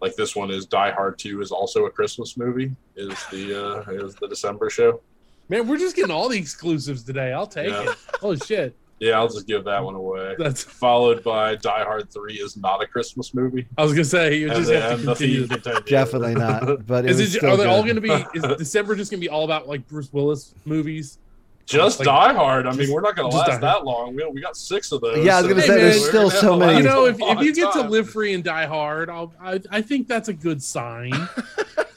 Speaker 4: like this one is Die Hard Two is also a Christmas movie. Is the uh, is the December show?
Speaker 1: Man, we're just getting all the exclusives today. I'll take
Speaker 4: Yeah.
Speaker 1: it. Holy shit.
Speaker 4: Yeah, I'll just give that one away.
Speaker 1: That's
Speaker 4: Followed by Die Hard Three is not a Christmas movie.
Speaker 1: I was gonna say you
Speaker 4: And
Speaker 1: just
Speaker 4: then
Speaker 1: have to
Speaker 4: the
Speaker 1: continue.
Speaker 3: (laughs)
Speaker 4: theme continues.
Speaker 2: Definitely not. But it
Speaker 1: Is
Speaker 2: was
Speaker 1: it, ju-
Speaker 2: still
Speaker 1: are they all
Speaker 2: good.
Speaker 1: gonna be
Speaker 2: (laughs)
Speaker 1: is December just gonna be all about like Bruce Willis movies?
Speaker 4: Just
Speaker 1: Like,
Speaker 4: Die Hard. I mean,
Speaker 1: just-
Speaker 4: we're not going to
Speaker 1: just Die
Speaker 4: last that long. We, we got six of those.
Speaker 2: Yeah, I was gonna
Speaker 1: say, there's
Speaker 4: we're
Speaker 2: still
Speaker 4: gonna
Speaker 2: so
Speaker 4: have a
Speaker 2: many.
Speaker 1: You know, if,
Speaker 4: long
Speaker 1: if you get to
Speaker 4: time.
Speaker 1: live free and die hard, I'll, I I think that's a good
Speaker 4: (laughs)
Speaker 1: sign.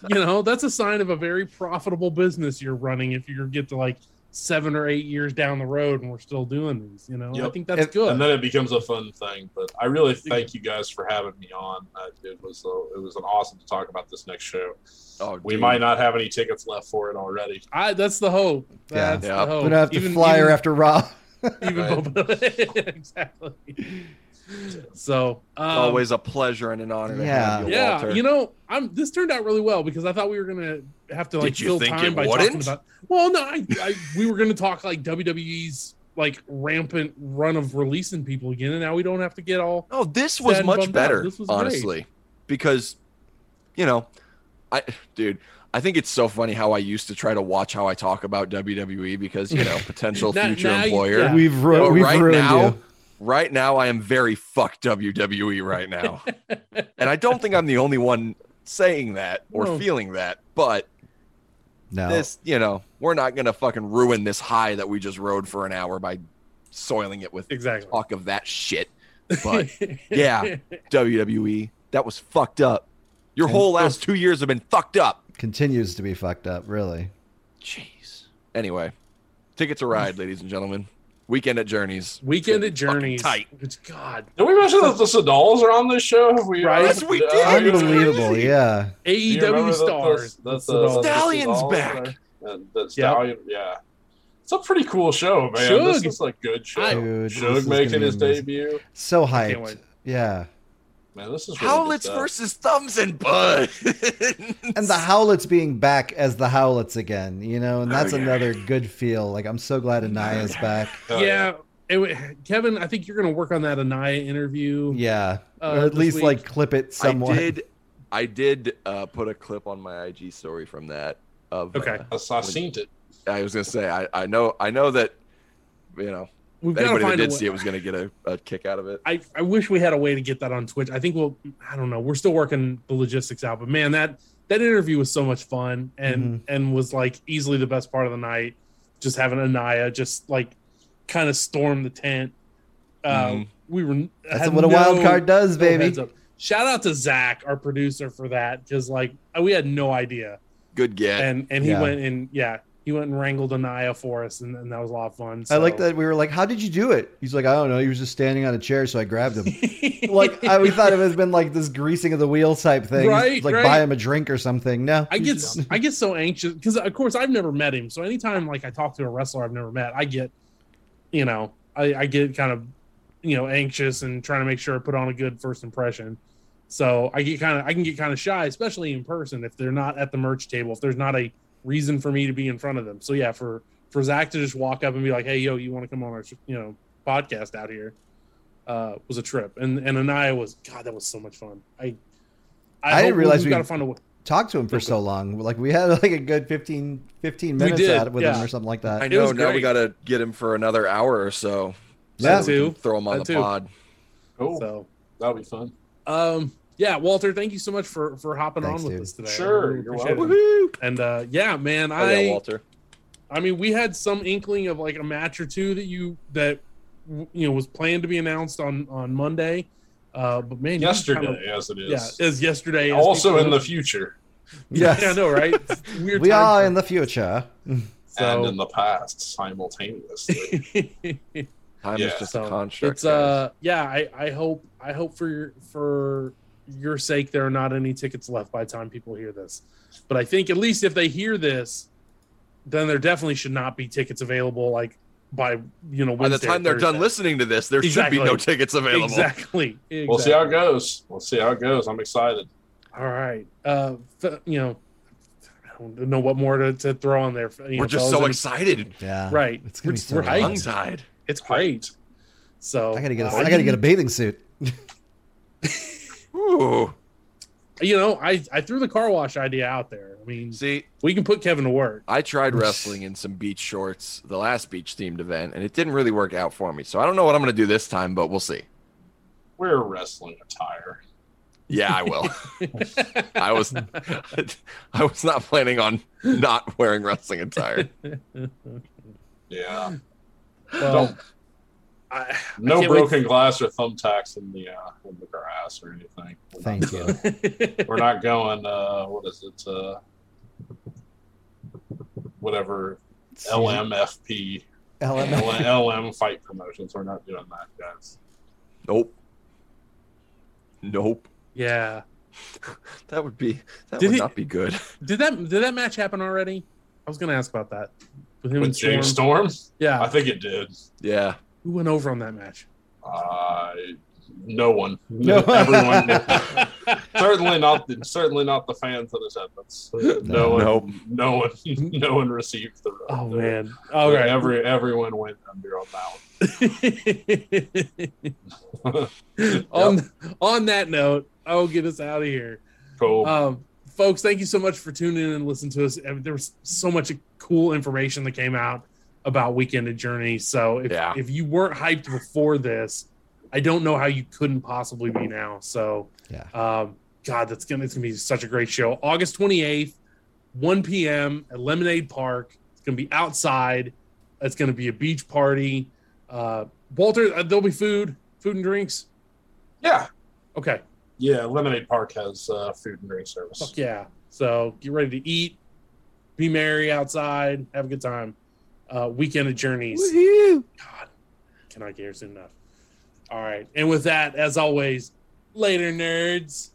Speaker 1: you know, that's a sign of a very profitable business you're running. If you get to like seven or eight years down the road and we're still doing these, you know, I
Speaker 4: Yep.
Speaker 1: think that's
Speaker 2: If-
Speaker 1: good.
Speaker 4: and then it becomes a fun thing. But I really thank you guys for having me on. Uh, it was a, it was an awesome to talk about this next show.
Speaker 3: Oh,
Speaker 4: we
Speaker 3: dude.
Speaker 4: might not have any tickets left for it already.
Speaker 1: I that's the hope.
Speaker 2: Yeah.
Speaker 1: That's
Speaker 3: Yeah.
Speaker 1: the hope.
Speaker 2: We're gonna have to
Speaker 1: Even-
Speaker 2: fly her
Speaker 1: even-
Speaker 2: after Raw.
Speaker 1: even Boba. (laughs) exactly. So um,
Speaker 3: Always a pleasure and an honor. To
Speaker 2: Yeah.
Speaker 3: have you,
Speaker 1: Yeah,
Speaker 3: Walter.
Speaker 1: you know, I'm. This turned out really well because I thought we were gonna have to like
Speaker 3: Did you
Speaker 1: fill
Speaker 3: think
Speaker 1: time
Speaker 3: it
Speaker 1: by talking
Speaker 3: wouldn't?
Speaker 1: about. Well, no, I, I we were gonna talk like WWE's like rampant run of releasing people again, and now we don't have to get all.
Speaker 3: Oh, this
Speaker 1: Sad
Speaker 3: was
Speaker 1: and
Speaker 3: much
Speaker 1: bummed out.
Speaker 3: better,
Speaker 1: This was great.
Speaker 3: honestly, because you know, I dude, I think it's so funny how I used to try to watch how I talk about WWE because you
Speaker 4: (laughs)
Speaker 3: know potential
Speaker 1: Now-
Speaker 3: future
Speaker 1: now you-
Speaker 3: employer.
Speaker 1: yeah.
Speaker 2: (laughs) We've, ru-
Speaker 3: But
Speaker 2: we've
Speaker 3: right
Speaker 2: ruined
Speaker 3: now,
Speaker 2: you.
Speaker 3: right now, I am very fuck WWE E right
Speaker 4: (laughs)
Speaker 3: now, and I don't think I'm the only one saying that or
Speaker 1: No.
Speaker 3: feeling that. But
Speaker 2: No.
Speaker 3: this, you know, we're not gonna fucking ruin this high that we just rode for an hour by soiling it with
Speaker 1: Exactly. (laughs)
Speaker 3: talk of that shit.
Speaker 2: (laughs)
Speaker 3: But yeah. WWE, that was fucked up. Your
Speaker 2: And-
Speaker 3: whole last two years have been fucked up.
Speaker 2: Continues to be fucked up,
Speaker 1: (laughs)
Speaker 2: really.
Speaker 3: Jeez. Anyway, tickets a ride, ladies and gentlemen. Weekend at Journeys.
Speaker 1: Weekend at
Speaker 3: It's gonna be
Speaker 1: Journeys.
Speaker 3: fucking
Speaker 1: It's God.
Speaker 4: Did we mention that the Sedals are on this show? Have we,
Speaker 1: Right.
Speaker 3: Yes, we did.
Speaker 4: Uh,
Speaker 3: It's
Speaker 2: Unbelievable,
Speaker 3: crazy.
Speaker 2: yeah.
Speaker 4: do you remember
Speaker 1: AEW
Speaker 4: that
Speaker 1: E stars.
Speaker 4: the-
Speaker 1: That's
Speaker 4: the- the-
Speaker 1: all.
Speaker 4: the
Speaker 3: Stallion's
Speaker 4: Sedals
Speaker 3: back.
Speaker 4: are- uh, the Stallion, yeah. It's a pretty cool show, man. This
Speaker 1: Suge.
Speaker 4: is a good show.
Speaker 1: I-
Speaker 2: Dude, this
Speaker 4: Shug
Speaker 2: is gonna
Speaker 4: making
Speaker 2: be
Speaker 4: his
Speaker 2: amazing.
Speaker 4: debut.
Speaker 2: So
Speaker 1: can't wait.
Speaker 2: hyped. Yeah.
Speaker 4: Man, this is really good
Speaker 3: Howlets
Speaker 4: stuff.
Speaker 3: versus Thumbs and Bud.
Speaker 2: (laughs) And
Speaker 3: (laughs)
Speaker 2: the Howlets being back as the Howlets again, you know, and
Speaker 3: Oh,
Speaker 2: that's
Speaker 3: yeah.
Speaker 2: another good feel. Like, I'm so glad Anaya's
Speaker 1: (laughs)
Speaker 2: back.
Speaker 4: Oh,
Speaker 1: yeah. It wa- Kevin, I think you're going to work on that Anaya interview.
Speaker 2: Yeah.
Speaker 1: Uh,
Speaker 2: or at
Speaker 1: this
Speaker 2: least,
Speaker 1: week.
Speaker 2: like, clip it somewhat.
Speaker 3: I did, I did uh, put a clip on my IG story from that. Of,
Speaker 1: Okay.
Speaker 3: uh,
Speaker 4: I, I seen it.
Speaker 3: I was gonna say I, I know I know that you know
Speaker 1: We've got to
Speaker 3: anybody that
Speaker 1: find a
Speaker 3: did
Speaker 1: way.
Speaker 3: see it was gonna get a, a kick out of it.
Speaker 1: I, I wish we had a way to get that on Twitch. I think we'll I don't know. We're still working the logistics out, but man, that that interview was so much fun and
Speaker 2: Mm-hmm.
Speaker 1: and was like easily the best part of the night. Just having Anaya just like kind of storm the tent. Um,
Speaker 3: Mhm.
Speaker 1: We were
Speaker 2: That's
Speaker 1: had
Speaker 2: what a
Speaker 1: no-
Speaker 2: wild card does,
Speaker 1: no
Speaker 2: baby.
Speaker 1: heads up. Shout out to Zach, our producer, for that because like uh, we had no idea,
Speaker 3: Good get.
Speaker 1: and and he
Speaker 2: Yeah.
Speaker 1: went and yeah, he went and wrangled Anaya for us, and, and that was a lot of fun.
Speaker 2: I like
Speaker 1: so. (laughs)
Speaker 2: that we were like, "How did you do it?" He's like, "I don't know. He was just standing on a chair, so I grabbed
Speaker 1: (laughs)
Speaker 2: him." like I we thought it had been like this greasing of the wheel type thing,
Speaker 1: Right,
Speaker 2: like
Speaker 1: right.
Speaker 2: buy him a drink or something. No,
Speaker 1: I get s- I get so anxious because of course I've never met him. So anytime like I talk to a wrestler I've never met, I get, you know, I, I get kind of, you know, anxious and trying to make sure I put on a good first impression. So I get kind of I can get kind of shy, especially in person if they're not at the merch table. If there's not a reason for me to be in front of them. So yeah, for for Zach to just walk up and be like, "Hey, yo, you want to come on our sh- you know podcast out here?" Uh, was a trip, and and Anaya was God. That was so much fun. I
Speaker 2: I didn't
Speaker 1: hope
Speaker 2: realize
Speaker 1: we've
Speaker 2: we-
Speaker 1: got to find a way.
Speaker 2: talked to him for so long. Like we had like a good 15, 15
Speaker 1: We
Speaker 2: minutes
Speaker 1: did,
Speaker 2: out with
Speaker 1: yeah.
Speaker 2: him or something like
Speaker 3: I
Speaker 2: that.
Speaker 1: uh, It
Speaker 3: know.
Speaker 1: was
Speaker 3: Now
Speaker 1: great.
Speaker 3: we got to get him for another hour or so. so
Speaker 2: Yeah.
Speaker 1: That
Speaker 3: we can
Speaker 1: too.
Speaker 3: throw him on
Speaker 1: That
Speaker 3: the
Speaker 1: too.
Speaker 3: pod.
Speaker 2: Oh.
Speaker 4: Cool.
Speaker 1: So
Speaker 4: That'll be fun.
Speaker 1: um yeah walter thank you so much for for hopping
Speaker 2: Thanks,
Speaker 1: on with
Speaker 2: dude.
Speaker 1: us today I
Speaker 4: Sure,
Speaker 1: really
Speaker 4: you're
Speaker 1: appreciate it.
Speaker 4: welcome.
Speaker 3: Woohoo!
Speaker 1: and uh yeah man
Speaker 3: Oh,
Speaker 1: i
Speaker 3: yeah, Walter.
Speaker 1: i mean we had some inkling of like a match or two that you that w- you know was planned to be announced on on monday uh but man you just
Speaker 4: Yesterday,
Speaker 1: kind of-
Speaker 4: as it
Speaker 1: yeah
Speaker 4: is.
Speaker 1: as yesterday as
Speaker 4: also
Speaker 1: people-
Speaker 4: in the future
Speaker 1: (laughs)
Speaker 2: Yes.
Speaker 1: yeah i know right
Speaker 2: (laughs)
Speaker 1: It's weird
Speaker 2: we
Speaker 1: time
Speaker 2: are
Speaker 1: frame.
Speaker 2: in the future.
Speaker 4: and
Speaker 2: (laughs)
Speaker 1: So-
Speaker 4: in the
Speaker 1: (laughs)
Speaker 4: past simultaneously.
Speaker 3: Time
Speaker 4: Yeah.
Speaker 3: is just
Speaker 1: So,
Speaker 3: a construct.
Speaker 1: it's uh yeah i i hope i hope for your for your sake there are not any tickets left by the time people hear this but i think at least if they hear this then there definitely should not be tickets available like by you know Wednesday
Speaker 3: guys. By the
Speaker 1: or
Speaker 3: time they're done
Speaker 1: Thursday.
Speaker 3: listening to this, there should
Speaker 1: Exactly.
Speaker 3: be no tickets available. (laughs)
Speaker 1: exactly, exactly.
Speaker 4: We'll see how it goes. We'll see how it goes. I'm excited.
Speaker 1: all right uh f- you know i don't know what more to, to throw on there you
Speaker 3: We're
Speaker 1: know,
Speaker 3: just
Speaker 1: fellas.
Speaker 3: so
Speaker 1: And
Speaker 3: excited.
Speaker 2: Yeah.
Speaker 1: Right.
Speaker 2: It's gonna
Speaker 1: We're-
Speaker 2: be so
Speaker 1: we're
Speaker 2: long.
Speaker 1: hyped.
Speaker 3: Tongue tied.
Speaker 1: it's great so
Speaker 2: I gotta get a,
Speaker 1: uh,
Speaker 2: I gotta get a bathing suit.
Speaker 3: Ooh.
Speaker 1: you know i i threw the car wash idea out there i mean
Speaker 3: See,
Speaker 1: we can put kevin to work (laughs)
Speaker 3: I tried wrestling in some beach shorts, the last beach themed event, and it didn't really work out for me. So I don't know what I'm going to do this time, but we'll see.
Speaker 4: Wear wrestling attire.
Speaker 3: Yeah, I will. I was, (laughs) I was not planning on not wearing wrestling (laughs) attire.
Speaker 4: Yeah.
Speaker 1: Well, I, Hmm. I
Speaker 4: No
Speaker 1: can't
Speaker 4: broken glass or thumbtacks in the uh, in the grass or anything. We're not
Speaker 2: Thank you.
Speaker 1: (laughs) wait-
Speaker 4: (laughs) We're not going. Uh, what is it? Uh, whatever LMFP,
Speaker 2: LM.
Speaker 4: LM fight promotions. We're not doing that, guys.
Speaker 3: Nope. Nope.
Speaker 1: yeah.
Speaker 3: That would be, that
Speaker 1: Did
Speaker 3: would
Speaker 1: he-
Speaker 3: not be good.
Speaker 1: Did that did that match happen already? I was going to ask about that with him
Speaker 4: With
Speaker 1: and
Speaker 4: James
Speaker 1: Storm.
Speaker 4: Storm, I
Speaker 1: Yeah,
Speaker 4: think it did.
Speaker 3: Yeah.
Speaker 1: who went over on that (laughs) match?
Speaker 4: Uh, no one,
Speaker 2: No.
Speaker 4: (laughs) everyone,
Speaker 1: (laughs)
Speaker 4: certainly not, the, certainly not the fans of this evidence. No,
Speaker 2: No.
Speaker 4: one,
Speaker 3: Nope.
Speaker 4: no one, (laughs) no one received the.
Speaker 1: Oh
Speaker 4: the-
Speaker 1: man. All right. (laughs)
Speaker 4: every everyone went under on that one.
Speaker 1: on on that note, I will get us out of here.
Speaker 4: (laughs) Cool.
Speaker 1: Um, folks, thank you so much for tuning in and listening to us. I mean, there was so much cool information that came out about Weekend at Journey. So if,
Speaker 3: Yeah.
Speaker 1: if you weren't hyped before this, I don't know how you couldn't possibly be now. So,
Speaker 2: Yeah.
Speaker 1: um, God, that's gonna it's gonna be such a great show. August twenty eighth, one p.m. at Lemonade Park. It's gonna be outside. It's gonna be a beach party. Uh, Walter, uh, there'll be food, food and drinks.
Speaker 4: yeah.
Speaker 1: Okay,
Speaker 4: Yeah. Lemonade Park has uh, food and drink service.
Speaker 1: fuck yeah. So get ready to eat, be merry outside, have a good time. Uh, weekend of journeys. God, cannot get here soon enough. All right. And with that, as always, later, nerds.